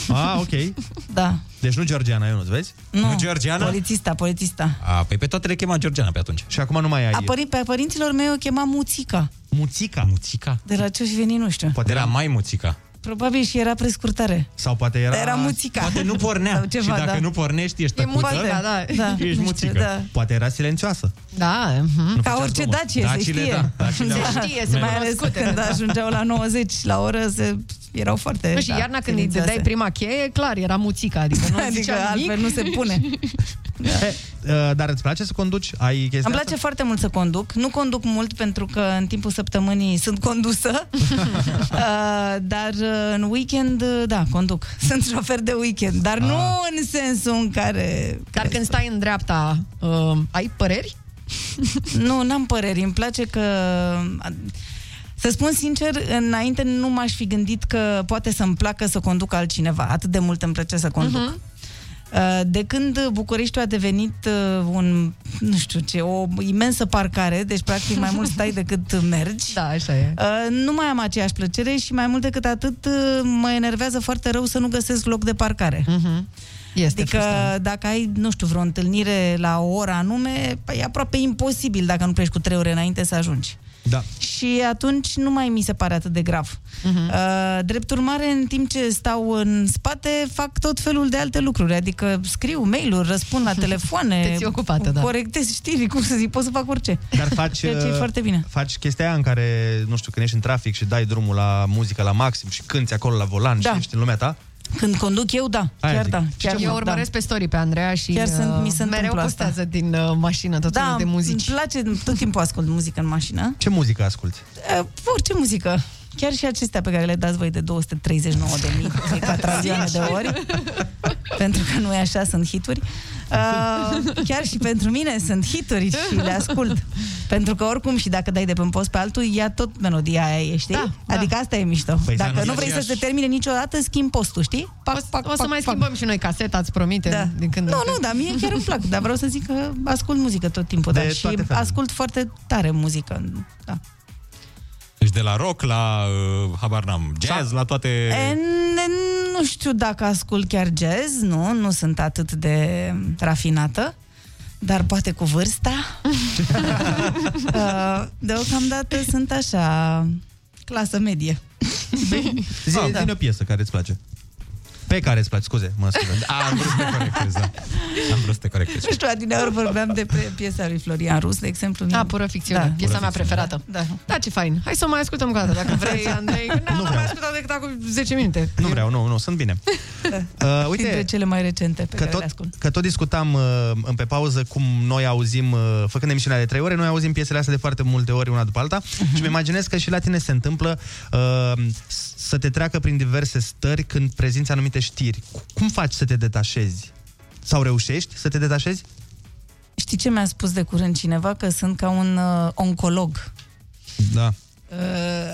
S1: Ah, ok.
S17: Da.
S1: Deci nu Georgiana, eu nu vezi?
S17: Mm. Nu, Polițista, polițista.
S2: A, păi pe toate le chema Georgiana pe atunci.
S1: Și acum nu mai ai...
S17: A părin, pe părinților mei o chema Muțica.
S1: Muțica. Muțica.
S17: De la ce și veni, nu știu.
S2: Poate era mai muțica.
S17: Probabil și era prescurtare.
S1: Sau poate era...
S17: Era, era muțica.
S2: Poate nu pornea.
S17: Sau
S2: Ceva, și
S17: ceva,
S2: dacă
S17: da.
S2: da. nu pornești, ești
S17: E
S2: tăcută,
S17: muțica, da. Da. Nu
S2: ești
S17: știu,
S2: muțică.
S17: da.
S1: Poate era silențioasă.
S3: Da, uh-huh.
S17: Ca orice dacie, se
S1: Dacile,
S17: știe.
S1: da, dacile au-
S3: Se știe, se
S17: mai
S3: mai
S17: ales
S3: cunoscute,
S17: când
S3: da.
S17: ajungeau la 90 la oră, se, erau foarte...
S3: Nu, și iarna când îi
S17: silințioase.
S3: dai prima cheie, clar, era muțica, adică nu
S17: Adică
S3: zicea nimic.
S17: altfel nu se pune.
S1: Eh, uh, Dar îți place să conduci? Ai chestia
S17: Da. Îmi place
S1: asta?
S17: foarte mult să conduc. Nu conduc mult pentru că în timpul săptămânii sunt condusă, Uh, dar uh, în weekend, uh, da, conduc. Sunt șofer de weekend, dar nu în sensul în care...
S3: Dar când stai în dreapta, uh, ai păreri?
S17: Nu, n-am păreri. Îmi place că... Să spun sincer, înainte nu m-aș fi gândit că poate să-mi placă să conduc altcineva. Atât de mult îmi place să conduc. Uh-huh. De când Bucureștiul a devenit uh, un, nu știu ce, o imensă parcare, deci practic mai mult stai decât mergi.
S3: Da, așa e.
S17: Nu mai am aceeași plăcere și mai mult decât atât uh, mă enervează foarte rău să nu găsesc loc de parcare.
S3: Uh-huh. Este
S17: Adică
S3: frustrant.
S17: dacă ai, nu știu, vreo întâlnire la o oră anume, păi, e aproape imposibil dacă nu pleci cu trei ore înainte să ajungi.
S1: Da.
S17: Și atunci nu mai mi se pare atât de grav.
S3: Mhm.
S17: Uh, drept urmare, în timp ce stau în spate, fac tot felul de alte lucruri. Adică scriu mail-uri, răspund la telefoane.
S3: Te ții ocupată, da.
S17: Corectez știri, cum să zic, pot să fac orice.
S1: Dar faci,
S17: Ceea ce e
S1: uh,
S17: foarte bine.
S1: faci chestia aia în care, nu știu, când ești în trafic și dai drumul la muzică la maxim și cânti acolo la volan
S17: Da.
S1: și ești în lumea ta?
S17: Când conduc eu, da.
S1: Aia
S17: chiar
S1: zic.
S17: da.
S1: Și
S17: Chiar
S3: Eu
S17: da.
S3: urmăresc pe story pe Andreea și uh,
S17: Chiar sunt- mi se
S3: mereu
S17: întâmplă asta.
S3: postează din uh, mașină tot
S17: da,
S3: felul de muzici.
S17: Îmi place, tot timpul ascult muzică în mașină.
S1: Ce muzică asculti?
S17: Uh, orice muzică. Chiar și acestea pe care le dați voi de 239 de mii, de catravioane de ori, pentru că nu e așa, sunt hituri. Uh, chiar și pentru mine sunt hituri și le ascult. Pentru că oricum și dacă dai de pe un post pe altul, ea tot melodia aia e, știi? Da, adică asta e mișto.
S3: Păi, da,
S17: dacă
S3: nu
S17: nu
S3: e
S17: vrei să
S3: aceeași-
S17: se termine niciodată, schimb postul, știi? Pac, pac,
S3: O să
S17: pac,
S3: mai
S17: pac.
S3: schimbăm și noi caseta, îți promite.
S17: Da.
S3: Din când
S17: Nu,
S3: în
S17: nu,
S3: când.
S17: dar mie chiar îmi plac. Dar vreau să zic că ascult muzică tot timpul.
S2: De
S17: Da, și
S2: toate felurile.
S17: ascult foarte tare muzică. Da.
S2: Deci de la rock la, uh, habar n-am, jazz, la toate...
S17: E, ne- nu știu dacă ascult chiar jazz, nu, nu sunt atât de rafinată, dar poate cu vârsta. Uh, Deocamdată sunt așa, clasă medie.
S1: Zi, ah, da. o piesă care îți place. Pe care îți place, scuze, mă scuze.
S2: Am vrut să te corectez, da. Am vrut să te corectez.
S17: Nu știu, adineori vorbeam de pre- piesa lui Florian Rus, de exemplu.
S3: A, pură ficțiune,
S17: Da.
S3: da, piesa mea preferată.
S17: Da.
S3: da, ce fain. Hai să o mai ascultăm o dată, dacă vrei, Andrei. că Nu, nu am mai ascultat decât acum 10 minute.
S1: Nu vreau, nu, nu, sunt bine. Uh, uite,
S17: Dintre cele mai recente pe
S1: Că
S17: care le
S1: tot,
S17: ascult.
S1: că tot discutam uh, în pe pauză cum noi auzim, uh, făcând emisiunea de trei ore, noi auzim piesele astea de foarte multe ori una după alta
S17: Mhm.
S1: și mi imaginez că și la tine se întâmplă uh, s- să te treacă prin diverse stări când prezinți anumite știri. Cu- Cum faci să te detașezi? Sau reușești să te detașezi?
S17: Știi ce mi-a spus de curând cineva? Că sunt ca un uh, oncolog.
S1: Da.
S17: Uh,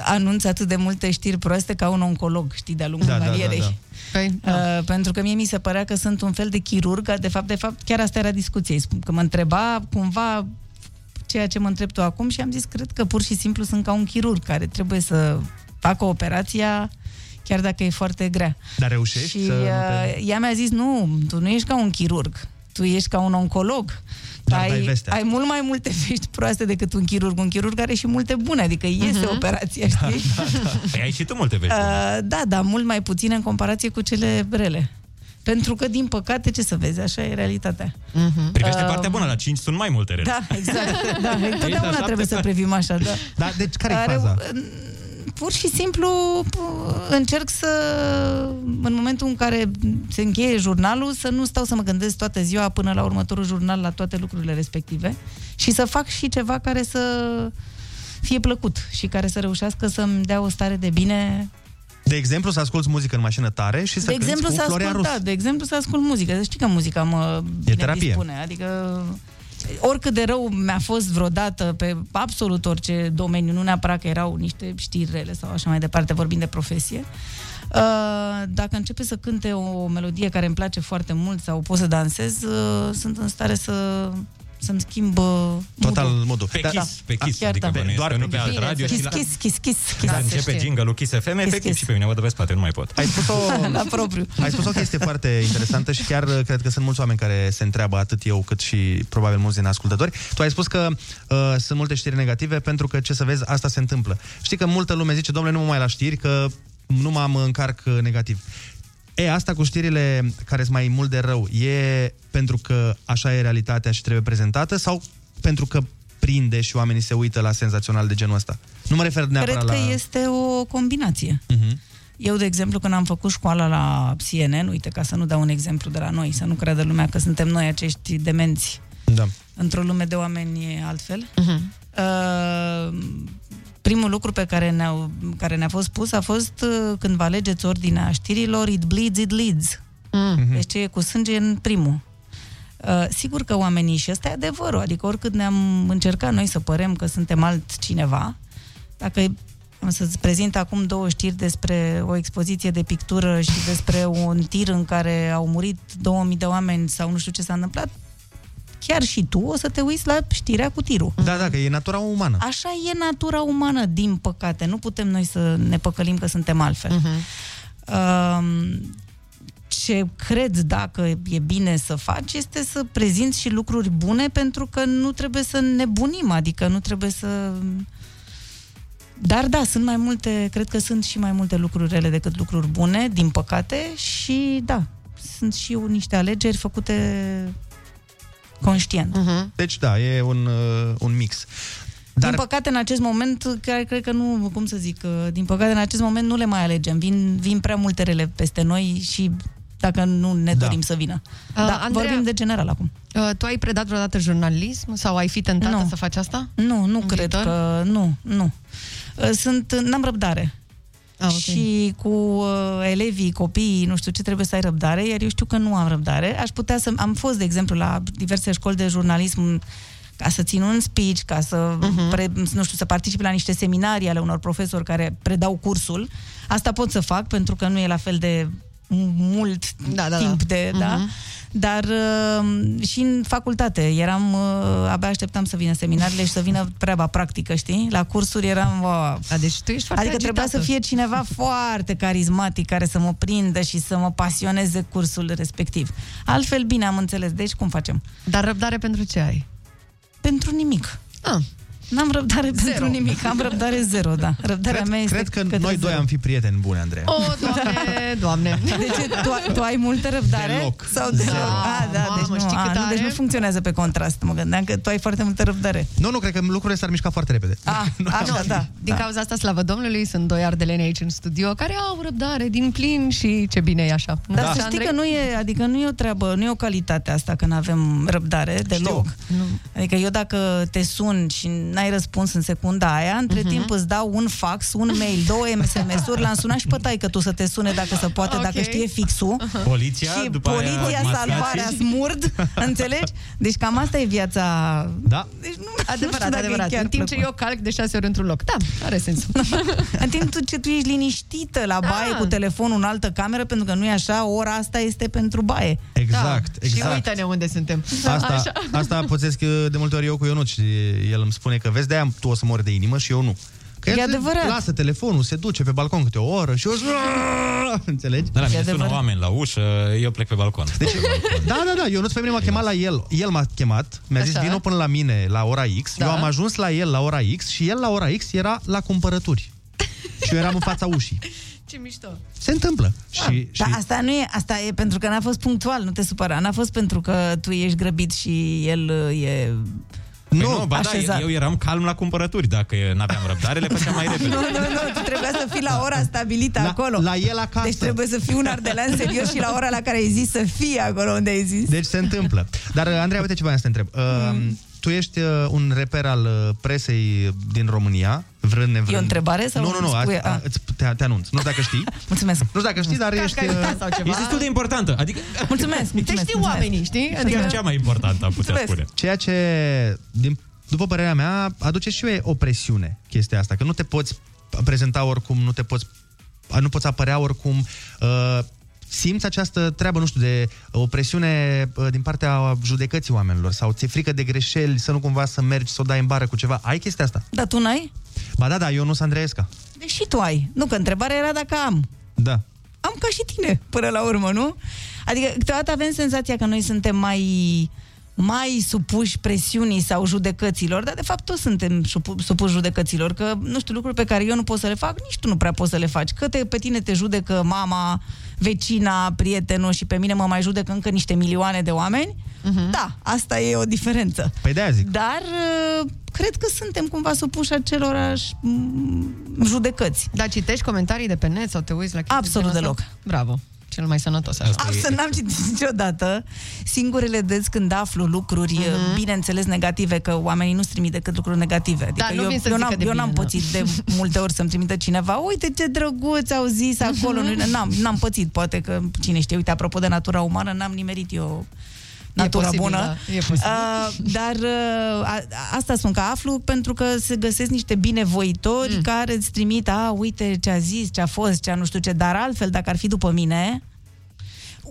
S17: anunț atât de multe știri proaste ca un oncolog, știi, de-a lungul
S3: Da, da, da,
S17: carierei.
S3: da. Păi,
S17: Uh, pentru că mie mi se părea că sunt un fel de chirurg, de fapt, de fapt, chiar asta era discuția. Că mă întreba cumva ceea ce mă întreb tu acum și am zis, cred că pur și simplu sunt ca un chirurg care trebuie să facă operația chiar dacă e foarte grea.
S1: Dar reușești
S17: Și
S1: să nu te...
S17: uh, ea mi-a zis, nu, tu nu ești ca un chirurg, tu ești ca un oncolog.
S1: Dar dai
S17: ai,
S1: vestea.
S17: ai mult mai multe vești proaste decât un chirurg. Un chirurg are și multe bune, adică iese
S2: Mhm.
S17: operația, știi?
S2: Da, da. Păi ai și tu multe vești.
S17: Uh, da, dar mult mai puține în comparație cu cele rele. Pentru că, din păcate, ce să vezi, așa e realitatea.
S2: Uh-huh. Privește
S17: uh,
S2: partea bună, la 5 sunt mai multe rele.
S17: Da, exact. Da,
S2: Ești la
S17: întotdeauna
S2: șapte
S17: trebuie să
S2: faci.
S17: privim așa, da.
S1: Da, deci care-i
S17: Are-
S1: faza?
S17: Pur și simplu p- încerc să, în momentul în care se încheie jurnalul, să nu stau să mă gândesc toată ziua până la următorul jurnal la toate lucrurile respective și să fac și ceva care să fie plăcut și care să reușească să-mi dea o stare de bine
S1: De exemplu, să asculti muzică în mașină tare și să
S17: de exemplu,
S1: cânti
S17: să
S1: cu Florea
S17: ascult,
S1: Rus.
S17: da, de exemplu, să ascult muzică. Știi că muzica mă
S1: E terapie.
S17: dispune, adică oricât de rău mi-a fost vreodată pe absolut orice domeniu, nu neapărat că erau niște știri rele sau așa mai departe, vorbind de profesie, Uh, dacă începe să cânte o melodie care îmi place foarte mult sau pot să dansez, uh, sunt în stare să să-mi schimb uh,
S1: Total modul.
S2: Pe Kiss, pe Kiss, adică
S17: da.
S2: bănuiesc că nu pe alt radio
S17: Kiss,
S2: și la-
S17: kiss, kiss, kiss, kiss.
S2: Dar începe jingle-ul Kiss FM,
S17: Kiss,
S2: efectiv
S17: kiss.
S2: și pe mine mă dă pe spate, nu mai pot.
S1: Ai spus o...
S17: La propriu.
S1: Ai spus o chestie foarte interesantă și chiar uh, cred că sunt mulți oameni care se întreabă, atât eu cât și probabil mulți din ascultători. Tu ai spus că uh, sunt multe știri negative pentru că, ce să vezi, asta se întâmplă. Știi că multă lume zice, domnule, nu mă mai la știri, că nu m-am încarc uh, negativ. E, asta cu știrile care sunt mai mult de rău, e pentru că așa e realitatea și trebuie prezentată sau pentru că prinde și oamenii se uită la senzațional de genul ăsta? Nu mă refer
S17: Cred
S1: neapărat
S17: că
S1: la...
S17: este o combinație.
S1: Mhm.
S17: Eu, de exemplu, când am făcut școala la CNN, uite, ca să nu dau un exemplu de la noi, să nu creadă lumea că suntem noi acești demenți
S1: Da.
S17: într-o lume de oameni e altfel. Uh-huh. Uh, primul lucru pe care, ne-au, care ne-a fost pus a fost uh, când vă alegeți ordinea știrilor, it bleeds, it leads.
S3: Mm.
S17: Deci ce e cu sânge e în primul. Uh, sigur că oamenii, și ăsta e adevărul, adică oricât ne-am încercat noi să părem că suntem altcineva, dacă am să-ți prezint acum două știri despre o expoziție de pictură și despre un tir în care au murit 2000 de oameni sau nu știu ce s-a întâmplat, chiar și tu o să te uiți la știrea cu tirul.
S1: Da, da, că e natura umană.
S17: Așa e natura umană, din păcate. Nu putem noi să ne păcălim că suntem altfel. Um, ce cred dacă e bine să faci este să prezinți și lucruri bune pentru că nu trebuie să nebunim, adică nu trebuie să... Dar da, sunt mai multe, cred că sunt și mai multe lucruri rele decât lucruri bune, din păcate, și da, sunt și niște alegeri făcute conștient. Uh-huh.
S1: Deci da, e un, uh, un mix.
S17: Dar... Din păcate, în acest moment, chiar cred că nu, cum să zic, uh, din păcate, în acest moment nu le mai alegem. Vin, vin prea multe rele peste noi și dacă nu ne
S3: Da.
S17: dorim să vină. Uh, da,
S3: Andreea-
S17: vorbim de general acum.
S3: Uh, tu ai predat vreodată jurnalism sau ai fi tentată să faci asta?
S17: Nu, nu cred
S3: viitor?
S17: că... Nu, nu. Uh, Sunt, n-am răbdare.
S3: Ah, ok.
S17: Și cu uh, elevii, copiii, nu știu ce, trebuie să ai răbdare, iar eu știu că nu am răbdare. Aș putea să... Am fost, de exemplu, la diverse școli de jurnalism ca să țin un speech, ca să, uh-huh. pre, nu știu, să particip la niște seminarii ale unor profesori care predau cursul. Asta pot să fac, pentru că nu e la fel de mult da, da, timp de, uh-huh. da? Dar uh, și în facultate eram, uh, abia așteptam să vină seminarele și să vină treaba practică, știi? La cursuri eram... Wow.
S3: A, deci tu ești foarte
S17: Adică trebuia să
S3: agitată.
S17: fie cineva foarte carismatic care să mă prindă și să mă pasioneze cursul respectiv. Altfel, bine, am înțeles. Deci, cum facem?
S3: Dar răbdare pentru ce ai?
S17: Pentru nimic.
S3: Ah.
S17: N-am răbdare zero.
S3: Zero.
S17: pentru nimic. Am răbdare zero, da. Răbdarea
S1: Cred,
S17: mea este
S1: cred că
S17: către
S1: noi doi
S17: zero.
S1: am fi prieteni buni, Andreea.
S3: O, Oh, doamne, doamne. Da.
S17: De ce? Tu, ai- tu ai multă răbdare?
S1: Deloc.
S17: Sau deloc?
S1: Zero.
S17: Ah, da,
S3: Mamă,
S17: deci, nu,
S3: știi
S17: a,
S3: cât
S17: nu, deci
S3: are?
S17: nu funcționează pe contrast. Mă gândeam că tu ai foarte multă răbdare.
S1: Nu, nu, cred că lucrurile s-ar mișca foarte repede.
S17: Ah, așa, da.
S3: Din cauza asta, slavă Domnului, sunt doi ardeleni aici în studio care au răbdare din plin și ce bine e așa. Da. Nu
S17: Dar
S3: așa,
S17: să știi
S3: Andrei?
S17: că nu e, adică nu e o treabă, nu e o calitate asta că nu avem răbdare deloc. Adică eu dacă te sun și n-ai răspuns în secunda aia, între
S3: Mhm.
S17: timp îți dau un fax, un mail, două SMS-uri, l-am sunat și pe taică tu să te sune dacă se poate, dacă
S3: Ok.
S17: știe fixul.
S2: Poliția,
S17: și
S2: după aia
S17: poliția,
S2: mass
S17: salvarea,
S2: media.
S17: smurd, înțelegi? Deci cam asta e viața...
S1: Da.
S17: Deci nu, nu știu
S3: Adevărat,
S17: dacă e
S3: adevărat.
S17: chiar
S3: În timp ce
S17: plăcut.
S3: eu calc de șase ori într-un loc. Da, are sens.
S17: În timp ce tu ești liniștită la baie
S3: Da.
S17: cu telefonul în altă cameră, pentru că nu e așa, ora asta este pentru baie.
S1: Exact,
S3: da.
S1: exact.
S3: Și uite-ne unde suntem.
S1: Asta,
S3: Așa.
S1: asta pățesc uh, de multe ori eu cu Ionut și el îmi spune că vezi, de-aia tu o să mori de inimă și eu nu. Că
S17: E
S1: el
S17: adevărat.
S1: Lasă telefonul, se duce pe balcon câte o oră și eu zic, "Aaah!" Înțelegi?
S2: Da, la mine sună oameni la ușă, eu plec pe balcon.
S1: Deci, da, da, da, Ionuț pe mine m-a chemat la el. El m-a chemat, mi-a zis,
S2: Așa.
S1: vino până la mine la ora X. Da. Eu am ajuns la el la ora X și el la ora X era la cumpărături. și eu eram în fața ușii.
S3: Ce mișto.
S1: Se întâmplă. și,
S17: Dar Ah, da, asta nu e, asta e pentru că n-a fost punctual, nu te supăra. N-a fost pentru că tu ești grăbit și el uh, e...
S2: Nu, păi nu ba da,
S17: așezat.
S2: eu eram calm la cumpărături. Dacă n-aveam răbdare, le făceam mai repede.
S17: Nu, nu, nu, tu trebuia să fii la ora stabilită la, acolo.
S1: La el acasă.
S17: Deci trebuie să fii un ardelean serios și la ora la care ai zis să fii acolo unde ai zis.
S1: Deci se întâmplă. Dar, uh, Andreea, uite
S17: Mm.
S1: ce voiam să te întreb. Uh, Tu ești uh, un reper al uh, presei din România, Vrând, nevrând.
S17: E o întrebare sau
S1: Nu, nu, nu,
S17: îmi spui-
S1: a, a,
S17: a.
S1: îți- te, te anunț. Nu știu dacă știi.
S17: Mulțumesc.
S1: Nu știu dacă știi, dar
S17: Ca
S1: ești...
S17: caritate
S1: uh,
S17: sau ceva.
S2: Ești destul de importantă. Adică
S17: Mulțumesc,
S3: Te știu
S17: mulțumesc, mulțumesc.
S3: oamenii, știi?
S2: Adică... cea mai importantă, am putea
S1: Mulțumesc.
S2: spune.
S1: Ceea ce, din, după părerea mea, aduce și o presiune chestia asta, că nu te poți prezenta oricum, nu te poți nu poți apărea oricum. Uh, Simți această treabă, nu știu, de o presiune uh, din partea judecății oamenilor sau ți-e frică de greșeli, să nu cumva să mergi, să o dai în bară cu ceva. Ai chestia asta?
S5: Da.
S17: Dar tu n-ai?
S1: Ba da, da, eu nu sunt Andreesca.
S17: Deci și tu ai. Nu, că întrebarea era dacă am.
S1: Da.
S17: Am ca și tine, până la urmă, nu? Adică, câteodată avem senzația că noi suntem mai mai supuși presiunii sau judecăților, dar de fapt toți suntem supu- supuși judecăților, că, nu știu, lucruri pe care eu nu pot să le fac, nici tu nu prea poți să le faci. Că te, pe tine te judecă mama, vecina, prietenul și pe mine mă mai judecă încă niște milioane de oameni. Uh-huh. Da, asta e o diferență.
S1: Păi de-aia zic.
S17: Dar uh, cred că suntem cumva supuși acelorași mm, judecăți.
S3: Dar citești comentarii de pe net sau te uiți la chestii
S17: Absolut
S3: din
S17: deloc.
S3: asta? Bravo. Cel mai sănătos așa.
S17: Asta Asta n-am citit niciodată. Singurele des când aflu lucruri,
S3: Mhm.
S17: mm-hmm. bineînțeles, negative, că oamenii nu-ți trimit decât lucruri negative. Adică
S3: Da, nu
S17: eu,
S3: vin să
S17: eu,
S3: zică
S17: n-am,
S3: de
S17: eu
S3: bine,
S17: n-am
S3: da.
S17: pățit de multe ori să-mi trimită cineva, uite ce drăguț au zis acolo.
S3: Mhm.
S17: Mm-hmm. N-am, n-am pățit, poate că, cine știe, uite, apropo de natura umană, n-am nimerit eu natura
S3: posibil,
S17: bună.
S3: da, e posibil.
S17: Uh, dar uh, a, a- asta spun că aflu pentru că se găsesc niște binevoitori mm. care îți trimit, a, uite ce a zis, ce a fost, ce a nu știu ce, dar altfel, dacă ar fi după mine,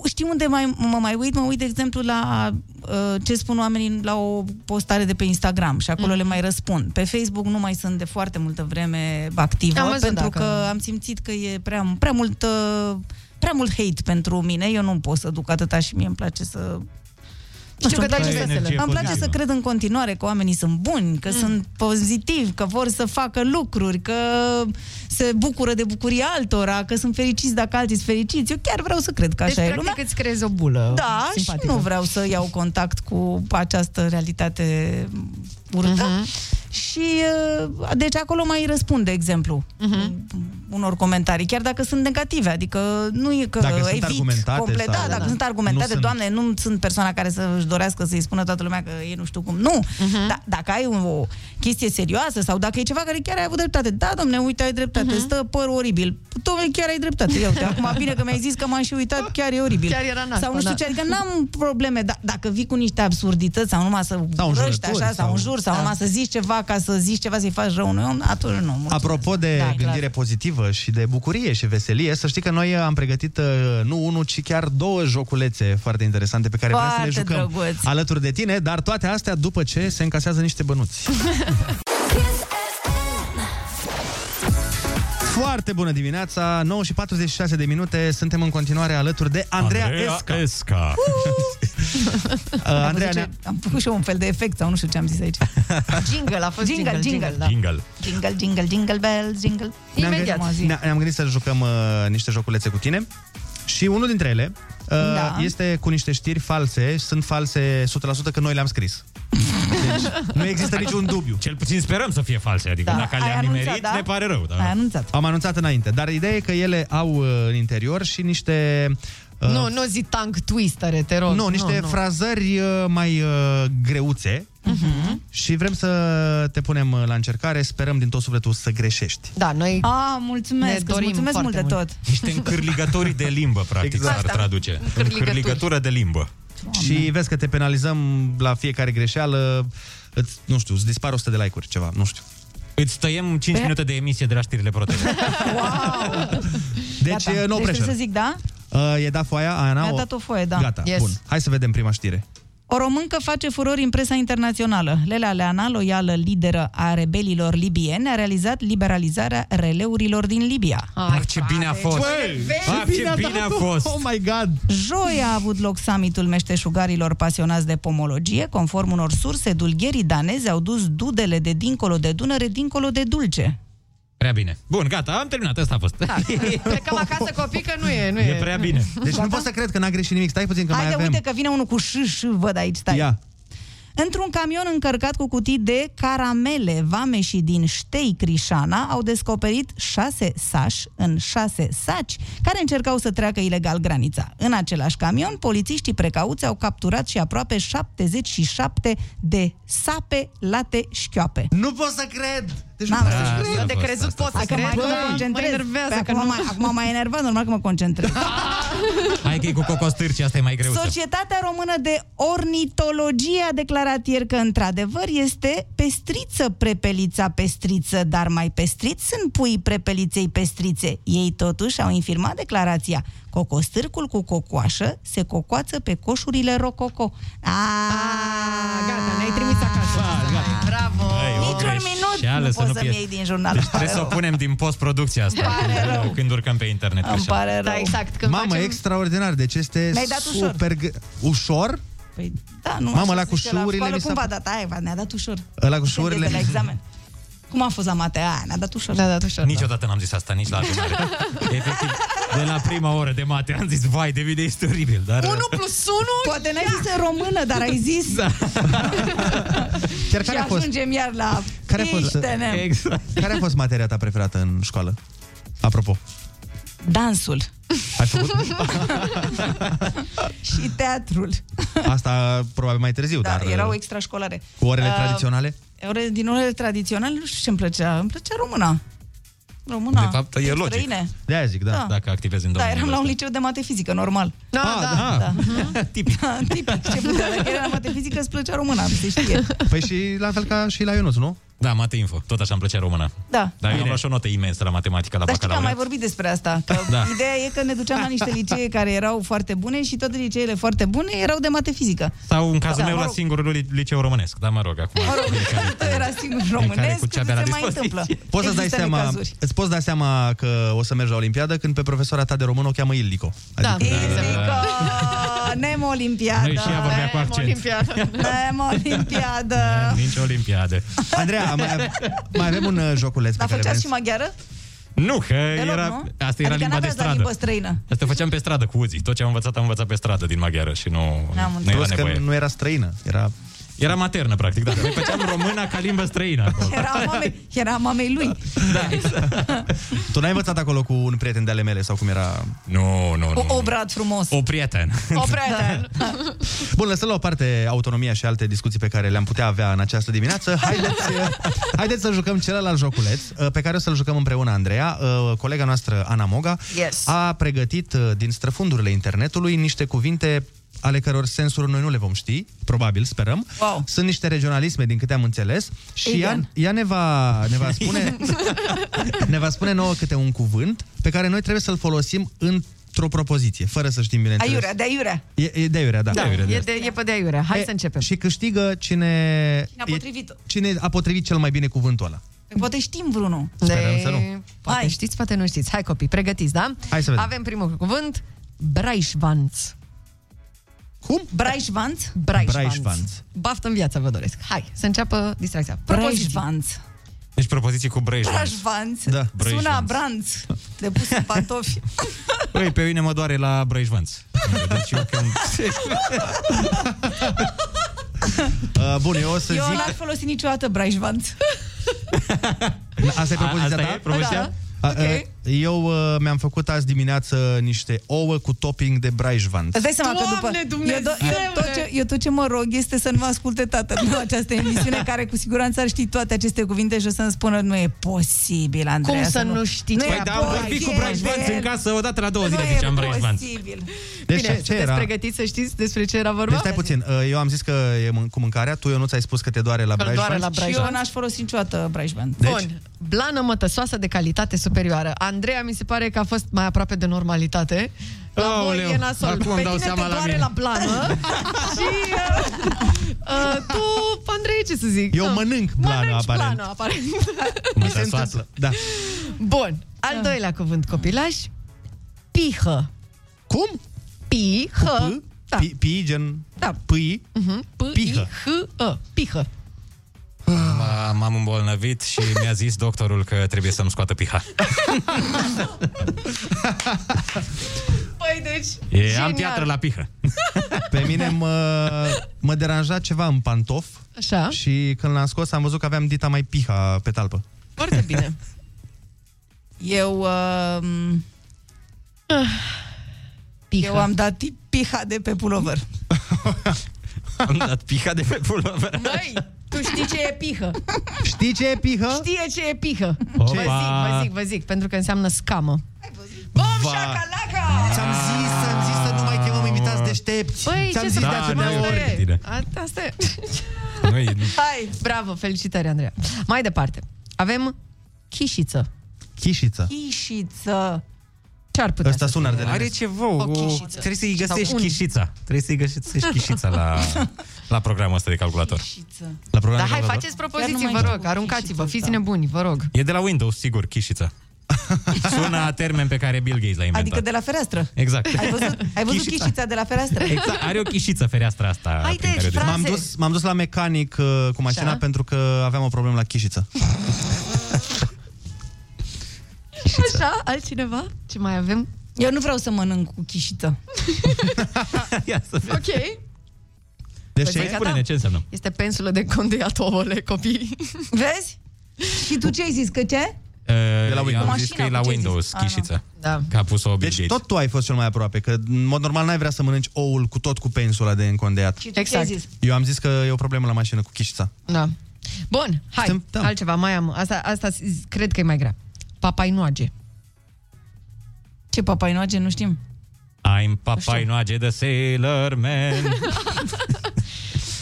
S17: știi unde mai, mă mai uit? Mă uit, de exemplu, la uh, ce spun oamenii la o postare de pe Instagram și acolo mm. le mai răspund. Pe Facebook nu mai sunt de foarte multă vreme activă
S3: Am văzut
S17: pentru
S3: dacă-
S17: că am simțit că e prea, prea mult uh, prea mult hate pentru mine. Eu nu pot să duc atâta și mie îmi place să nu
S3: Știu că dai
S17: îmi
S3: și
S17: place-
S3: vesele.
S17: Îmi place să
S3: Pozitivă.
S17: cred în continuare că oamenii sunt buni, că mm. sunt pozitivi, că vor să facă lucruri, că se bucură de bucuria altora, că sunt fericiți dacă alții sunt fericiți. Eu chiar vreau să cred că așa
S3: deci,
S17: e lumea.
S3: practic, îți creezi o bulă
S17: Da,
S3: simpatică.
S17: și nu vreau să iau contact cu această realitate urâtă. Uh-huh. Și, uh, deci, acolo mai răspund, de exemplu, uh-huh. unor comentarii, chiar dacă sunt negative. Adică nu e că
S1: Dacă sunt
S17: evit
S1: argumentate
S17: complet.
S1: sau-
S17: Da, dacă
S1: Da.
S17: sunt argumentate,
S1: Nu sunt-
S17: doamne, nu sunt persoana care să-și dorească să-i spună toată lumea că ei nu știu cum. Nu!
S3: Mhm.
S17: Uh-huh. Da, dacă ai o chestie serioasă sau dacă e ceva care chiar ai avut dreptate, da, domne, uite, ai
S3: Mhm.
S17: dreptate, uh-huh. stă păr oribil. Domne, chiar ai dreptate. Ia uite, acum bine că mi-ai zis că m-am și uitat, chiar e oribil
S3: Chiar era nașpa,
S17: Sau nu știu
S3: da.
S17: ce, adică n-am probleme, da, dacă vii cu niște absurdități sau numai să
S1: Sau
S17: urăști
S1: înjurături,
S17: așa, sau
S1: sau-
S17: un jur, sau
S1: Da.
S17: numai să zici ceva ca să zici ceva, să-i faci rău unui om, atunci nu. mulțumesc.
S1: Apropo de
S17: Da,
S1: da,
S17: clar.
S1: gândire pozitivă și de bucurie și veselie, să știi că noi am pregătit uh, nu unul, ci chiar două joculețe foarte interesante pe care vrem să
S4: Foarte
S1: le jucăm
S4: drăguț.
S1: alături de tine, dar toate astea după ce se încasează niște bănuți. Foarte bună dimineața, 9 și 46 de minute, suntem în continuare alături de Andreea,
S2: Andreea
S1: Esca.
S2: Esca.
S1: Uh,
S17: Am
S1: Andreea
S17: făcut
S1: ne-a...
S17: ce- Am făcut și eu un fel de efect sau nu știu ce am zis aici.
S3: Jingle, a fost
S17: Jingle,
S3: jingle, jingle,
S17: jingle,
S3: da.
S2: Jingle.
S17: Jingle, jingle, jingle bells, jingle.
S1: Ne-am gândit, ne- ne-am gândit să jucăm uh, niște joculețe cu tine și unul dintre ele uh,
S17: Da.
S1: da. este cu niște știri false, sunt false 100% că noi le-am scris. Deci, nu există niciun dubiu.
S2: Cel puțin sperăm să fie false, adică
S17: Da.
S2: dacă
S17: Ai
S2: le-am
S17: anunțat,
S2: nimerit,
S17: da?
S2: ne pare rău.
S17: Ai
S2: Da?
S17: anunțat.
S1: Am anunțat înainte, dar ideea e că ele au uh, în interior și niște... uh,
S3: Nu, nu zi tank twistere, te rog.
S1: nu, niște frazări uh, mai uh, greuțe și vrem să te punem uh, la încercare, sperăm din tot sufletul să greșești.
S3: Da, noi
S17: A, Ah, mulțumesc,
S3: ne
S17: îți
S3: dorim
S17: mulțumesc mult
S3: foarte
S17: de
S3: mult.
S17: tot.
S2: Niște încârligătorii de limbă, practic,
S1: Exact.
S2: exact. s-ar
S1: Asta.
S2: traduce.
S1: Încârligături.
S2: Încârligătură de limbă.
S1: Și vezi că te penalizăm la fiecare greșeală, îți, nu știu, îți dispar 100 de like-uri, ceva, nu știu.
S2: Îți tăiem 5 minute de emisie de la știrile protege.
S1: Deci,
S17: Gata. deci
S1: Gata. no pressure.
S17: trebuie să zic, da?
S1: Uh, e dat foaia, Ana?
S17: Mi-a
S1: o-
S17: dat o foaie, da.
S1: Gata,
S17: Yes.
S1: bun. Hai să vedem prima știre.
S17: O româncă face furori în presa internațională. Lelea Leana, loială lideră a rebelilor libieni, a realizat liberalizarea releurilor din Libia.
S2: Ah, ce bine a fost! Ah, ce bine a Oh fost!
S1: my God!
S17: Joi a avut loc summitul meșteșugarilor pasionați de pomologie. Conform unor surse, dulgherii danezi au dus dudele de dincolo de Dunăre, dincolo de dulce.
S2: Prea bine. Bun, gata, am terminat, asta a fost. Da.
S3: Plecăm acasă copii că nu e, nu e.
S2: E prea bine.
S1: Deci nu pot să cred că n-a greșit nimic. Stai puțin că
S17: Haide,
S1: mai avem.
S17: uite că vine unul cu ș, ș, văd aici, stai.
S1: Ia.
S17: Într-un camion încărcat cu cutii de caramele, vameșii din Ștei Crișana au descoperit șase sași în șase saci care încercau să treacă ilegal granița. În același camion, polițiștii precauți au capturat și aproape 77 de sape late șchioape.
S1: Nu pot să cred! te
S17: N-am
S1: jur.
S17: să
S1: Da,
S17: știu.
S1: asta a fost, asta a fost.
S17: Acum mai mă concentrez. Păi Acum mai- acum mai enervat, normal că mă concentrez.
S2: Hai că e cu cocostârci, asta e mai greu. să-
S17: Societatea Română de Ornitologie a declarat ieri că, într-adevăr, este pestriță prepelița pestriță, dar mai pestriți sunt puii prepeliței pestrițe. Ei totuși au infirmat declarația. Cocostârcul cu cocoașă se cocoață pe coșurile rococo. Ah, gata, ne-ai trimis acasă.
S3: Bravo!
S2: Ei, o
S17: Niciun minut
S2: greșeală
S17: nu
S2: să
S17: poți
S2: nu
S17: să-mi
S2: fie-
S17: iei din jurnal.
S2: Deci trebuie să o punem din post-producția asta
S17: Pare rău.
S2: Când urcăm pe internet
S17: Îmi
S2: așa.
S17: pare rău.
S3: Da, exact. Când
S1: Mamă,
S3: facem...
S1: extraordinar, deci este
S17: Mi-ai dat ușor.
S1: super... Ușor? ușor?
S17: Păi, da, nu,
S1: Mamă,
S17: așa
S1: la
S17: zice
S1: cu șuurile
S17: La școală
S1: mi s-a
S17: cum v-a
S1: făcut.
S17: dat? Aia, v-a- ne-a dat ușor.
S1: Ăla cu șuurile
S17: De la
S1: mi-
S17: examen. Cum a fost la mate? Aia, ne-a dat ușor.
S3: Ne-a dat ușor.
S2: Niciodată n-am zis asta, nici la adunare. Efectiv, de la prima oră de mate am zis, vai, devine este oribil. Dar...
S3: 1 plus 1?
S17: Poate n-ai
S1: Da.
S17: zis în română, dar ai zis. Da.
S1: Chiar
S17: Și
S1: care a fost?
S17: ajungem iar la
S1: Care a fost?
S17: Priștene.
S2: Exact.
S1: Care a fost materia ta preferată în școală? Apropo.
S17: Dansul
S1: Ai făcut?
S17: și teatrul.
S1: Asta probabil mai târziu,
S17: Da,
S1: dar uh,
S17: erau extrașcolare.
S1: cu orele
S17: Uh,
S1: tradiționale?
S17: Ore, din orele tradiționale, nu știu ce îmi plăcea. Îmi plăcea româna. Româna.
S2: De fapt, e logic.
S17: Străine.
S1: De-aia zic, da.
S17: Da.
S2: Dacă activezi în
S17: Da,
S2: domeniul
S17: eram la un
S2: ăsta.
S17: liceu de mate fizică, normal.
S3: Da,
S2: Ah, da. da.
S1: Adică-
S17: Tipic. Tipic. Ce putea, dacă era la mate fizică, îți plăcea româna, se știe.
S1: Păi și la fel ca și la Ionuț, nu?
S2: Da, mate info. Tot așa îmi plăcea româna.
S17: Da.
S2: Dar eu am luat și o notă imensă la matematică la
S17: Dar știi că am mai
S2: bacalaureat.
S17: vorbit despre asta, că
S2: Da.
S17: ideea e că ne duceam la niște licee care erau foarte bune și toate liceele foarte bune erau de mate fizică.
S2: Sau în cazul
S17: Da,
S2: meu
S17: mă
S2: la
S17: rog.
S2: singurul li- liceu românesc. Dar mă rog, acum...
S17: Mă rog, Tot era singur
S2: Fiecare
S17: românesc,
S2: cu
S17: cu
S2: ce
S17: ce
S2: avea
S17: se
S2: la
S17: mai
S2: dispoziție.
S17: întâmplă.
S1: Poți să-ți dai
S17: Există
S1: seama,
S17: necazuri.
S1: îți poți da seama că o să mergi la Olimpiadă când pe profesora ta de română o cheamă Ilico.
S3: Da,
S17: Ilico, Nemo Olimpiadă.
S2: Noi Păi și ea vorbea
S17: da,
S2: cu accent.
S17: Nemo Olimpiadă.
S2: Nici olimpiade.
S1: Andreea, mai, mai avem un uh, joculeț
S17: Da. Dar
S1: pe care
S17: făceați
S1: vrem
S17: și maghiară?
S2: Nu, că
S17: Deloc,
S2: Păi era...
S17: nu?
S2: Asta
S17: adică
S2: era limba de
S17: n-aveați la
S2: stradă.
S17: limbă străină.
S2: Asta făceam pe stradă cu Uzi. Tot ce am învățat, am învățat pe stradă din maghiară și nu,
S17: N-am
S2: nu era
S1: Plus că
S2: nevoie.
S1: nu era străină, era...
S2: Era maternă, practic, da. Noi făceam româna ca limbă străină acolo.
S17: Era mamei, era mamei lui.
S1: Tu n-ai învățat acolo cu un prieten de ale mele sau cum era...
S2: Nu, nu,
S17: O obrat frumos.
S2: O prieten.
S3: O prieten.
S1: Bun, lăsăm la o parte autonomia și alte discuții pe care le-am putea avea în această dimineață. Haideți, haideți să jucăm celălalt joculeț uh, pe care o să-l jucăm împreună, Andreea. Uh, Colega noastră, Ana Moga,
S17: Yes.
S1: a pregătit uh, din străfundurile internetului niște cuvinte ale căror sensuri noi nu le vom ști, probabil, sperăm.
S17: Wow.
S1: Sunt niște regionalisme, din câte am înțeles. Și ea,
S17: Egan.
S1: ea ne, va, ne, va spune, ne va spune nouă câte un cuvânt pe care noi trebuie să-l folosim într-o propoziție, fără să știm, bineînțeles.
S17: Aiurea, de aiurea.
S1: E, e de iurea, da.
S3: Da, e, de, e pe de aiurea. Hai
S1: E,
S3: să începem.
S1: Și câștigă cine...
S17: Cine a potrivit-o.
S1: Cine a potrivit cel mai bine cuvântul ăla.
S17: Poate știm vreunul.
S1: Sperăm să nu.
S3: Poate
S17: Hai.
S3: știți, poate nu știți. Hai copii, pregătiți, da?
S1: Hai să vedem.
S3: Avem primul cuvânt, Braișvanț.
S1: Cum?
S17: Braișvanț?
S1: Braișvanț.
S3: Braișvanț. Baftă în viață, vă doresc. Hai, să înceapă distracția.
S1: Păi,
S3: Propoziții.
S17: Braișvanț.
S2: Deci propoziții cu Brejvan.
S17: Braișvanț.
S1: Da,
S2: Braișvanț.
S17: Suna branț. De pus în pantofi.
S2: Păi, pe mine mă doare la Brejvanț. Deci eu când...
S1: Uh, bun, eu o să
S17: Eu n-ar
S1: zic...
S17: folosi niciodată Braișvanț.
S1: Asta e
S2: A-
S1: propoziția
S2: asta
S1: ta?
S2: e propoziția?
S17: Da.
S1: A,
S17: Ok.
S1: uh, Eu uh, mi-am făcut azi dimineață niște ouă cu topping de Braișvanț.
S17: Îți dai seama că
S3: Doamne
S17: după... eu, do-
S3: Dumnezeule!
S17: eu, tot ce, eu tot ce mă rog este să nu mă asculte tatăl meu această emisiune, care cu siguranță ar ști toate aceste cuvinte și o să-mi spună nu e posibil, Andreea.
S3: Cum să nu știi ce
S17: e
S2: Păi, da, am vorbit cu Brejvanț în
S17: posibil.
S2: casă odată la două
S17: Nu
S2: zile,
S17: e
S2: ziceam Brejvanț.
S17: posibil.
S3: Bine,
S1: Deci ce, ce
S3: sunteți
S1: era?
S3: pregătiți să știți despre ce era vorba?
S1: Deci stai puțin, uh, eu am zis că e mân- cu mâncarea, tu eu nu ți-ai spus că te doare la
S3: Că-l doare
S1: Braișvanț?
S3: la
S17: Și
S3: Braișvanț.
S17: eu n-aș folosi niciodată Braișvanț.
S1: Deci-
S3: Bun. Blană mătăsoasă de calitate superioară. Andreea mi se pare că a fost mai aproape de normalitate. La
S2: Aoleu,
S3: voi e nasol.
S2: acum îmi
S3: Pe
S2: dau
S3: tine
S2: seama
S3: te
S2: la
S3: doare
S2: mine.
S3: la blană. și uh, uh, tu, Andrei, ce să zic?
S1: Eu
S3: Ah.
S1: mănânc blană,
S3: Mănânci
S1: aparent.
S3: Blană, aparent.
S1: Mi se întâmplă. Da.
S3: Bun. Al doilea cuvânt, copilaș. Pihă.
S1: Cum?
S3: Pihă.
S1: P?
S3: Da.
S1: Pi- Pi, gen...
S3: Da.
S1: Pâi? Pihă.
S3: P-I-H-ă. Pihă.
S2: M- M-am îmbolnăvit și mi-a zis doctorul că trebuie să-mi scoată piha.
S3: Păi, deci...
S2: E,
S3: genial.
S2: am piatră la pihă.
S1: Pe mine mă, mă deranja ceva în pantof
S3: Așa.
S1: și când l-am scos am văzut că aveam dita mai piha pe talpă.
S3: Foarte bine.
S17: Eu, uh,
S3: Pihă.
S17: eu am dat piha de pe pulover.
S2: Am dat piha de pe pulover.
S3: Măi, Tu știi ce e pihă.
S1: Știi ce e pihă?
S3: Știe ce e pihă.
S1: Opa.
S3: Vă zic, vă zic, vă zic, pentru că înseamnă scamă.
S1: Bom, șacalaca! Ți-am zis, ți-am zis să nu mai chemăm invitați deștepți.
S3: Băi, Păi,
S1: ți-am
S3: ce
S1: zis
S3: să
S1: de
S3: faci?
S1: atâtea
S3: Asta
S1: ori.
S3: e. A- Asta e. Hai, bravo, felicitări, Andreea. Mai departe, avem chișiță.
S1: Chișiță.
S3: Chișiță. Ce ar putea
S1: Ăsta
S3: să
S1: sună
S3: fie?
S1: ardelenesc. Are ceva,
S3: o,
S2: o-
S3: chișiță.
S2: trebuie să-i găsești
S3: Sau un-
S2: chișița. Trebuie să-i găsești chișița la, la programul ăsta de calculator. La
S3: Dar
S2: programul
S3: hai,
S2: de calculator?
S3: faceți propoziții, vă rog, aruncați-vă, fiți nebuni, vă rog.
S2: E de la Windows, sigur, chișița. Sună termen pe care Bill Gates l-a inventat.
S17: Adică de Adică- la fereastră.
S2: Exact.
S17: Ai văzut, ai văzut
S2: Chișița.
S17: chișița de la fereastră?
S2: Exact, are o chișiță fereastra asta.
S17: Hai,
S2: prin
S17: deci,
S2: care o deschid.
S17: frate.
S1: M-am dus, m-am dus la mecanic uh, cu mașina
S3: Da.
S1: pentru că aveam o problemă la chișiță.
S3: Așa, altcineva? Ce mai avem?
S17: Eu nu vreau să mănânc cu chișită.
S3: Ok.
S1: Deci
S3: Păi,
S1: ce?
S3: gata? Spune-ne
S1: ce înseamnă.
S3: Este pensulă de condeatovole, copii.
S17: Vezi? Și tu ce ai zis? Că ce?
S2: de la Windows. Am Uh, zis
S17: Mașina,
S2: că e la
S17: cu ce ai
S2: Windows,
S17: zis?
S2: chișița.
S3: Da.
S2: Că a pus-o Bill
S1: Deci
S2: Gates.
S1: tot tu ai fost cel mai aproape, că în mod normal n-ai vrea să mănânci oul cu tot cu pensula de încondeat.
S3: tu ce Exact. ai zis?
S1: Eu am zis că e o problemă la mașină cu chișița.
S3: Da. Bun, hai,
S1: Suntem- da.
S3: altceva mai am. Asta, asta z- cred că e mai grea. Papainoage.
S17: Ce papainoage, nu știm.
S2: I'm papainoage de Sailor Man.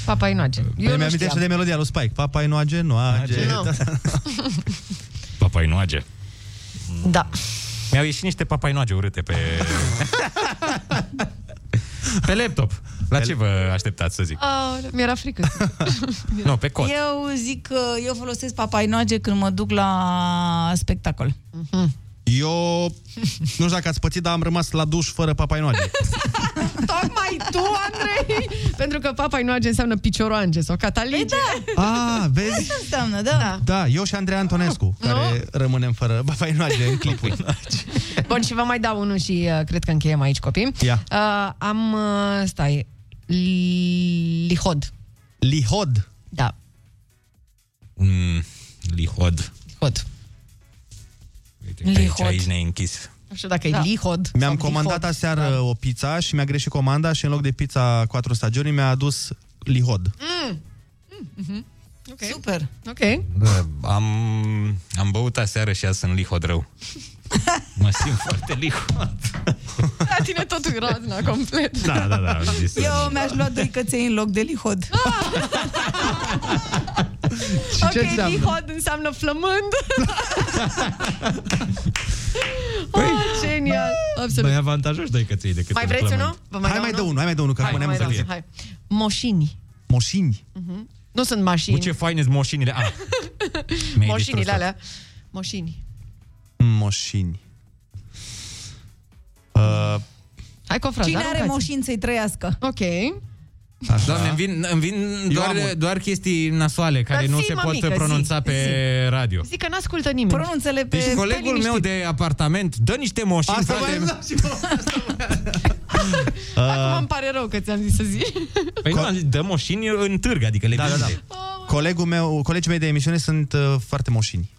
S3: Papainoage. Eu
S1: Eu
S3: nu
S1: Păi, mi-am
S3: știam.
S1: de melodia lui Spike. Papa nu age, nu age.
S3: Nu.
S2: Papainoage.
S3: Da.
S2: Mi-au ieșit niște papainoage urâte pe... pe laptop. La ce vă așteptați să zic?
S3: Aoleu, mi-era frică.
S2: Nu, pe cot.
S17: Eu zic că eu folosesc papainoage când mă duc la spectacol.
S1: Eu nu știu dacă ați pățit, dar am rămas la duș fără papainoage.
S3: Tocmai tu, Andrei! Pentru că papainoage înseamnă picioroange sau catalige. Păi
S1: Ah, vezi?
S17: Asta înseamnă, da. da.
S1: Da, eu și Andrei Antonescu, care rămânem fără papainoage în clipuri.
S3: Bun, și vă mai dau unul și uh, cred că încheiem aici, copii.
S1: Ia.
S3: Uh, am, uh, stai, li- lihod.
S1: Lihod.
S3: Da,
S2: Mm, lihod.
S3: Lihod.
S2: Uite, că aici,
S3: Lihod.
S2: aici ne-ai închis.
S3: nu știu dacă da. e lihod.
S1: Mi-am
S3: sau Da.
S1: comandat
S3: lihod.
S1: aseară o pizza și mi-a greșit comanda și în loc de pizza patru stagioni mi-a adus lihod.
S3: Mm. Mm, mhm. Okay.
S17: Super.
S3: Ok.
S2: Am, am băut aseară și azi sunt lihod rău. Mă simt foarte lihod.
S3: La tine totul grozna, complet.
S2: Da, da, da, am zis.
S17: Eu mi-aș lua doi căței în loc de lihod.
S3: Ah,
S1: Și ce
S3: ok,
S1: înseamnă?
S3: lihod înseamnă flămând. oh, genial. Absolut.
S2: Mai avantajos doi căței decât
S3: Mai
S2: un
S3: vreți
S2: plămân.
S3: unul? Vă mai
S1: Hai
S3: dau
S1: mai dă unul, hai mai dă unul, că
S2: Hai,
S1: rămânem
S2: mai
S1: să
S2: dau.
S1: fie.
S3: Hai. Moșini.
S1: Moșini.
S3: Nu sunt
S2: Cu
S3: mașini.
S2: ce faine sunt moșinile. Ah, mi-ai distrus
S3: Moșinile
S2: tot.
S3: alea. Moșini.
S1: Mm, Moșini. Uh,
S3: Hai cu o frază,
S17: Cine are
S3: aruncați.
S17: moșin să-i trăiască?
S2: Păi
S3: Ok.
S1: așa.
S2: Doamne, îmi vin, îmi vin
S1: am un-
S2: doar, doar chestii nasoale care
S3: Dar
S2: nu
S3: zi,
S2: se
S3: mămică,
S2: pot
S3: zi,
S2: pronunța
S1: Uh,
S2: pe radio.
S3: Zic că n-ascultă nimeni.
S17: Pronunțele pe...
S2: Deci
S17: stai
S2: colegul meu
S17: liniștit.
S2: de apartament dă niște moșini,
S1: Asta
S2: frate.
S1: mai am și eu.
S3: Acum îmi pare rău că ți-am zis să zici.
S2: Păi nu, am zis, dă moșini în târg, adică le
S1: Da, da, da.
S3: Oh,
S2: vinde.
S1: Colegul meu, colegii mei de emisiune sunt uh, foarte moșini.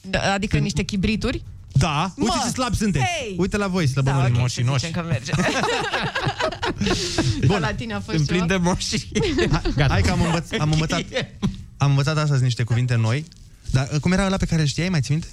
S3: Da, adică niște chibrituri.
S1: Da, uite
S3: Mă,
S1: ce slabi sunteți.
S3: hei! Da,
S1: Uite la voi, slăbănuri.
S2: ok.
S3: Să
S2: Moșinoși.
S3: zicem că merge.
S1: Bun.
S3: Bun. Da, la tine a fost
S2: Sunt
S3: ceva.
S2: plin de moșini.
S1: Gata. Hai că am, învăț- am învățat am învățat astăzi niște cuvinte noi. Dar uh, cum era ăla pe care îl știai, mai ții minte?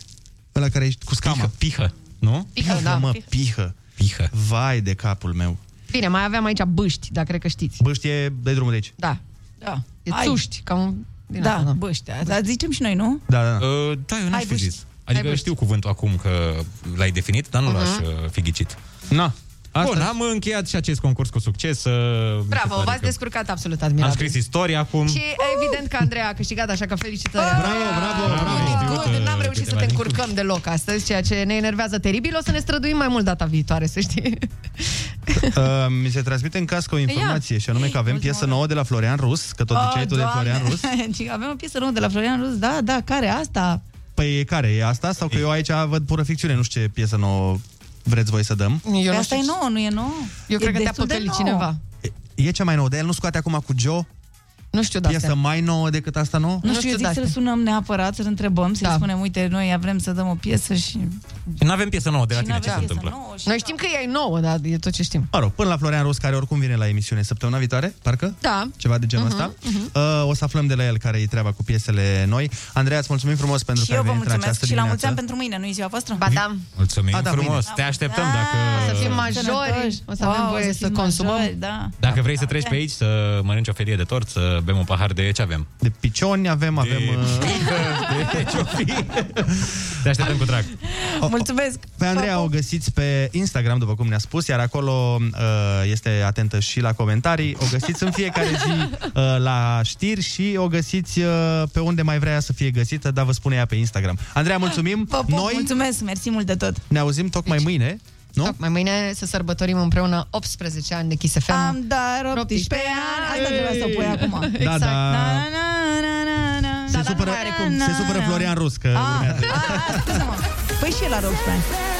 S1: Ăla care ești cu scama.
S2: Pihă, pihă, nu?
S3: Pihă, da,
S1: mă,
S3: pihă.
S1: pihă.
S2: Pihă.
S1: Vai de capul meu.
S3: Bine, mai aveam aici bâști, dar cred că știți.
S1: Bă, știe, dai drumul de aici.
S3: Da.
S17: Da.
S3: E
S17: Hai.
S3: țuști, ca un... Din
S17: Da,
S3: asta, da.
S17: băștea. Dar zicem și noi, nu?
S1: Da, da, da.
S2: Uh, Da, eu
S17: Hai,
S2: n-aș fi
S17: bâști.
S2: zis. Adică
S3: Hai,
S2: știu cuvântul acum că l-ai definit, dar nu l-aș
S17: Uh-huh.
S2: uh, fi ghicit.
S1: Na. Asta.
S2: Bun, am încheiat și acest concurs cu succes. uh, mi se
S3: Bravo,
S2: pare
S3: v-ați
S2: că
S3: descurcat absolut
S2: Am
S3: admirabil.
S2: scris istoria acum.
S3: Și evident că Andreea a câștigat, așa că felicitări.
S1: Bravo, bravo, bravo.
S3: Good, good.
S2: Știut,
S3: N-am
S2: uh,
S3: reușit să
S2: câteva
S3: te
S2: din-
S3: încurcăm deloc astăzi, ceea ce ne enervează teribil. O să ne străduim mai mult data viitoare, să știi.
S1: Uh, mi se transmite în cască o informație și anume că avem
S17: Ultima
S1: piesă nouă de la Florian Rus, că
S3: Oh,
S1: tot ziceai tu de Florian Rus.
S17: Ah, Deci Avem o piesă nouă de la Florian Rus, da, da, care asta?
S1: Păi e care? E asta? Sau că eu aici văd pură ficțiune, nu știu ce piesă nouă vreți voi să dăm.
S3: Eu
S17: Eu
S3: nu
S17: Păi asta
S3: știu
S17: e
S3: ce-
S17: nouă, nu e nouă?
S3: Eu
S17: E
S3: cred că te-a
S17: destul de
S3: păcălit
S17: nouă.
S3: cineva.
S1: E, e cea mai nouă, dar el nu scoate acum cu Joe
S3: Nu știu
S17: Da,
S3: de
S1: Piesă
S3: astea.
S1: mai nouă decât asta nouă?
S17: Nu, știu, eu zic să-l sunăm neapărat, să-l întrebăm,
S3: Da.
S17: să-i spunem, uite, noi vrem să dăm o piesă și...
S2: Nu avem piesă nouă de la
S17: Și
S2: tine, ce
S17: n-avem
S2: se
S17: piesă
S2: întâmplă?
S3: Noi știm că ea e nouă, dar e tot ce știm.
S1: Mă rog, până la Florian Rus, care oricum vine la emisiune săptămâna viitoare, parcă?
S3: Da.
S1: Ceva de genul
S3: Mhm,
S1: ăsta.
S3: mhm.
S1: Uh, o să aflăm de la el care e treaba cu piesele noi. Andreea, îți mulțumim frumos pentru
S17: Și
S1: că
S17: eu
S1: ai
S17: vă
S1: venit în
S17: mulțumesc
S1: această
S17: și la
S1: dimineață.
S17: mulți ani pentru mâine, nu-i ziua voastră? Ah,
S3: Ba da.
S2: Mulțumim
S1: A, da,
S2: frumos.
S1: mâine.
S2: Te așteptăm dacă...
S3: O să fim majori, o să avem
S17: Wow,
S3: voie
S17: o să
S3: să
S17: fim
S3: consumăm.
S17: majori, da.
S2: Dacă vrei să treci pe aici, să mănânci o felie de tort, să bem un pahar de ce avem?
S1: De picioni avem, de... avem...
S2: Uh... De ce Te așteptăm cu drag.
S17: Mulțumesc!
S1: Pe Păi, Andreea o găsiți pe Instagram, după cum ne-a spus, iar acolo uh, este atentă și la comentarii. O găsiți în fiecare zi uh, la știri și o găsiți uh, pe unde mai vrea ea să fie găsită, dar vă spune ea pe Instagram. Andreea, mulțumim!
S17: Vă pup,
S1: Noi
S17: mulțumesc, mersi mult de tot!
S1: ne auzim tocmai mâine, nu?
S3: Mai mâine să sărbătorim împreună 18 ani de Kiss FM.
S17: Am dar 18 ani, asta trebuia să o pui acum.
S1: Da, da.
S17: Na, na, na, na, na. Da,
S1: Se supără, se supără Florian Rus că
S17: Ah,
S1: urmează.
S17: ah, ah, scuze-mă. Păi și el are 18 ani.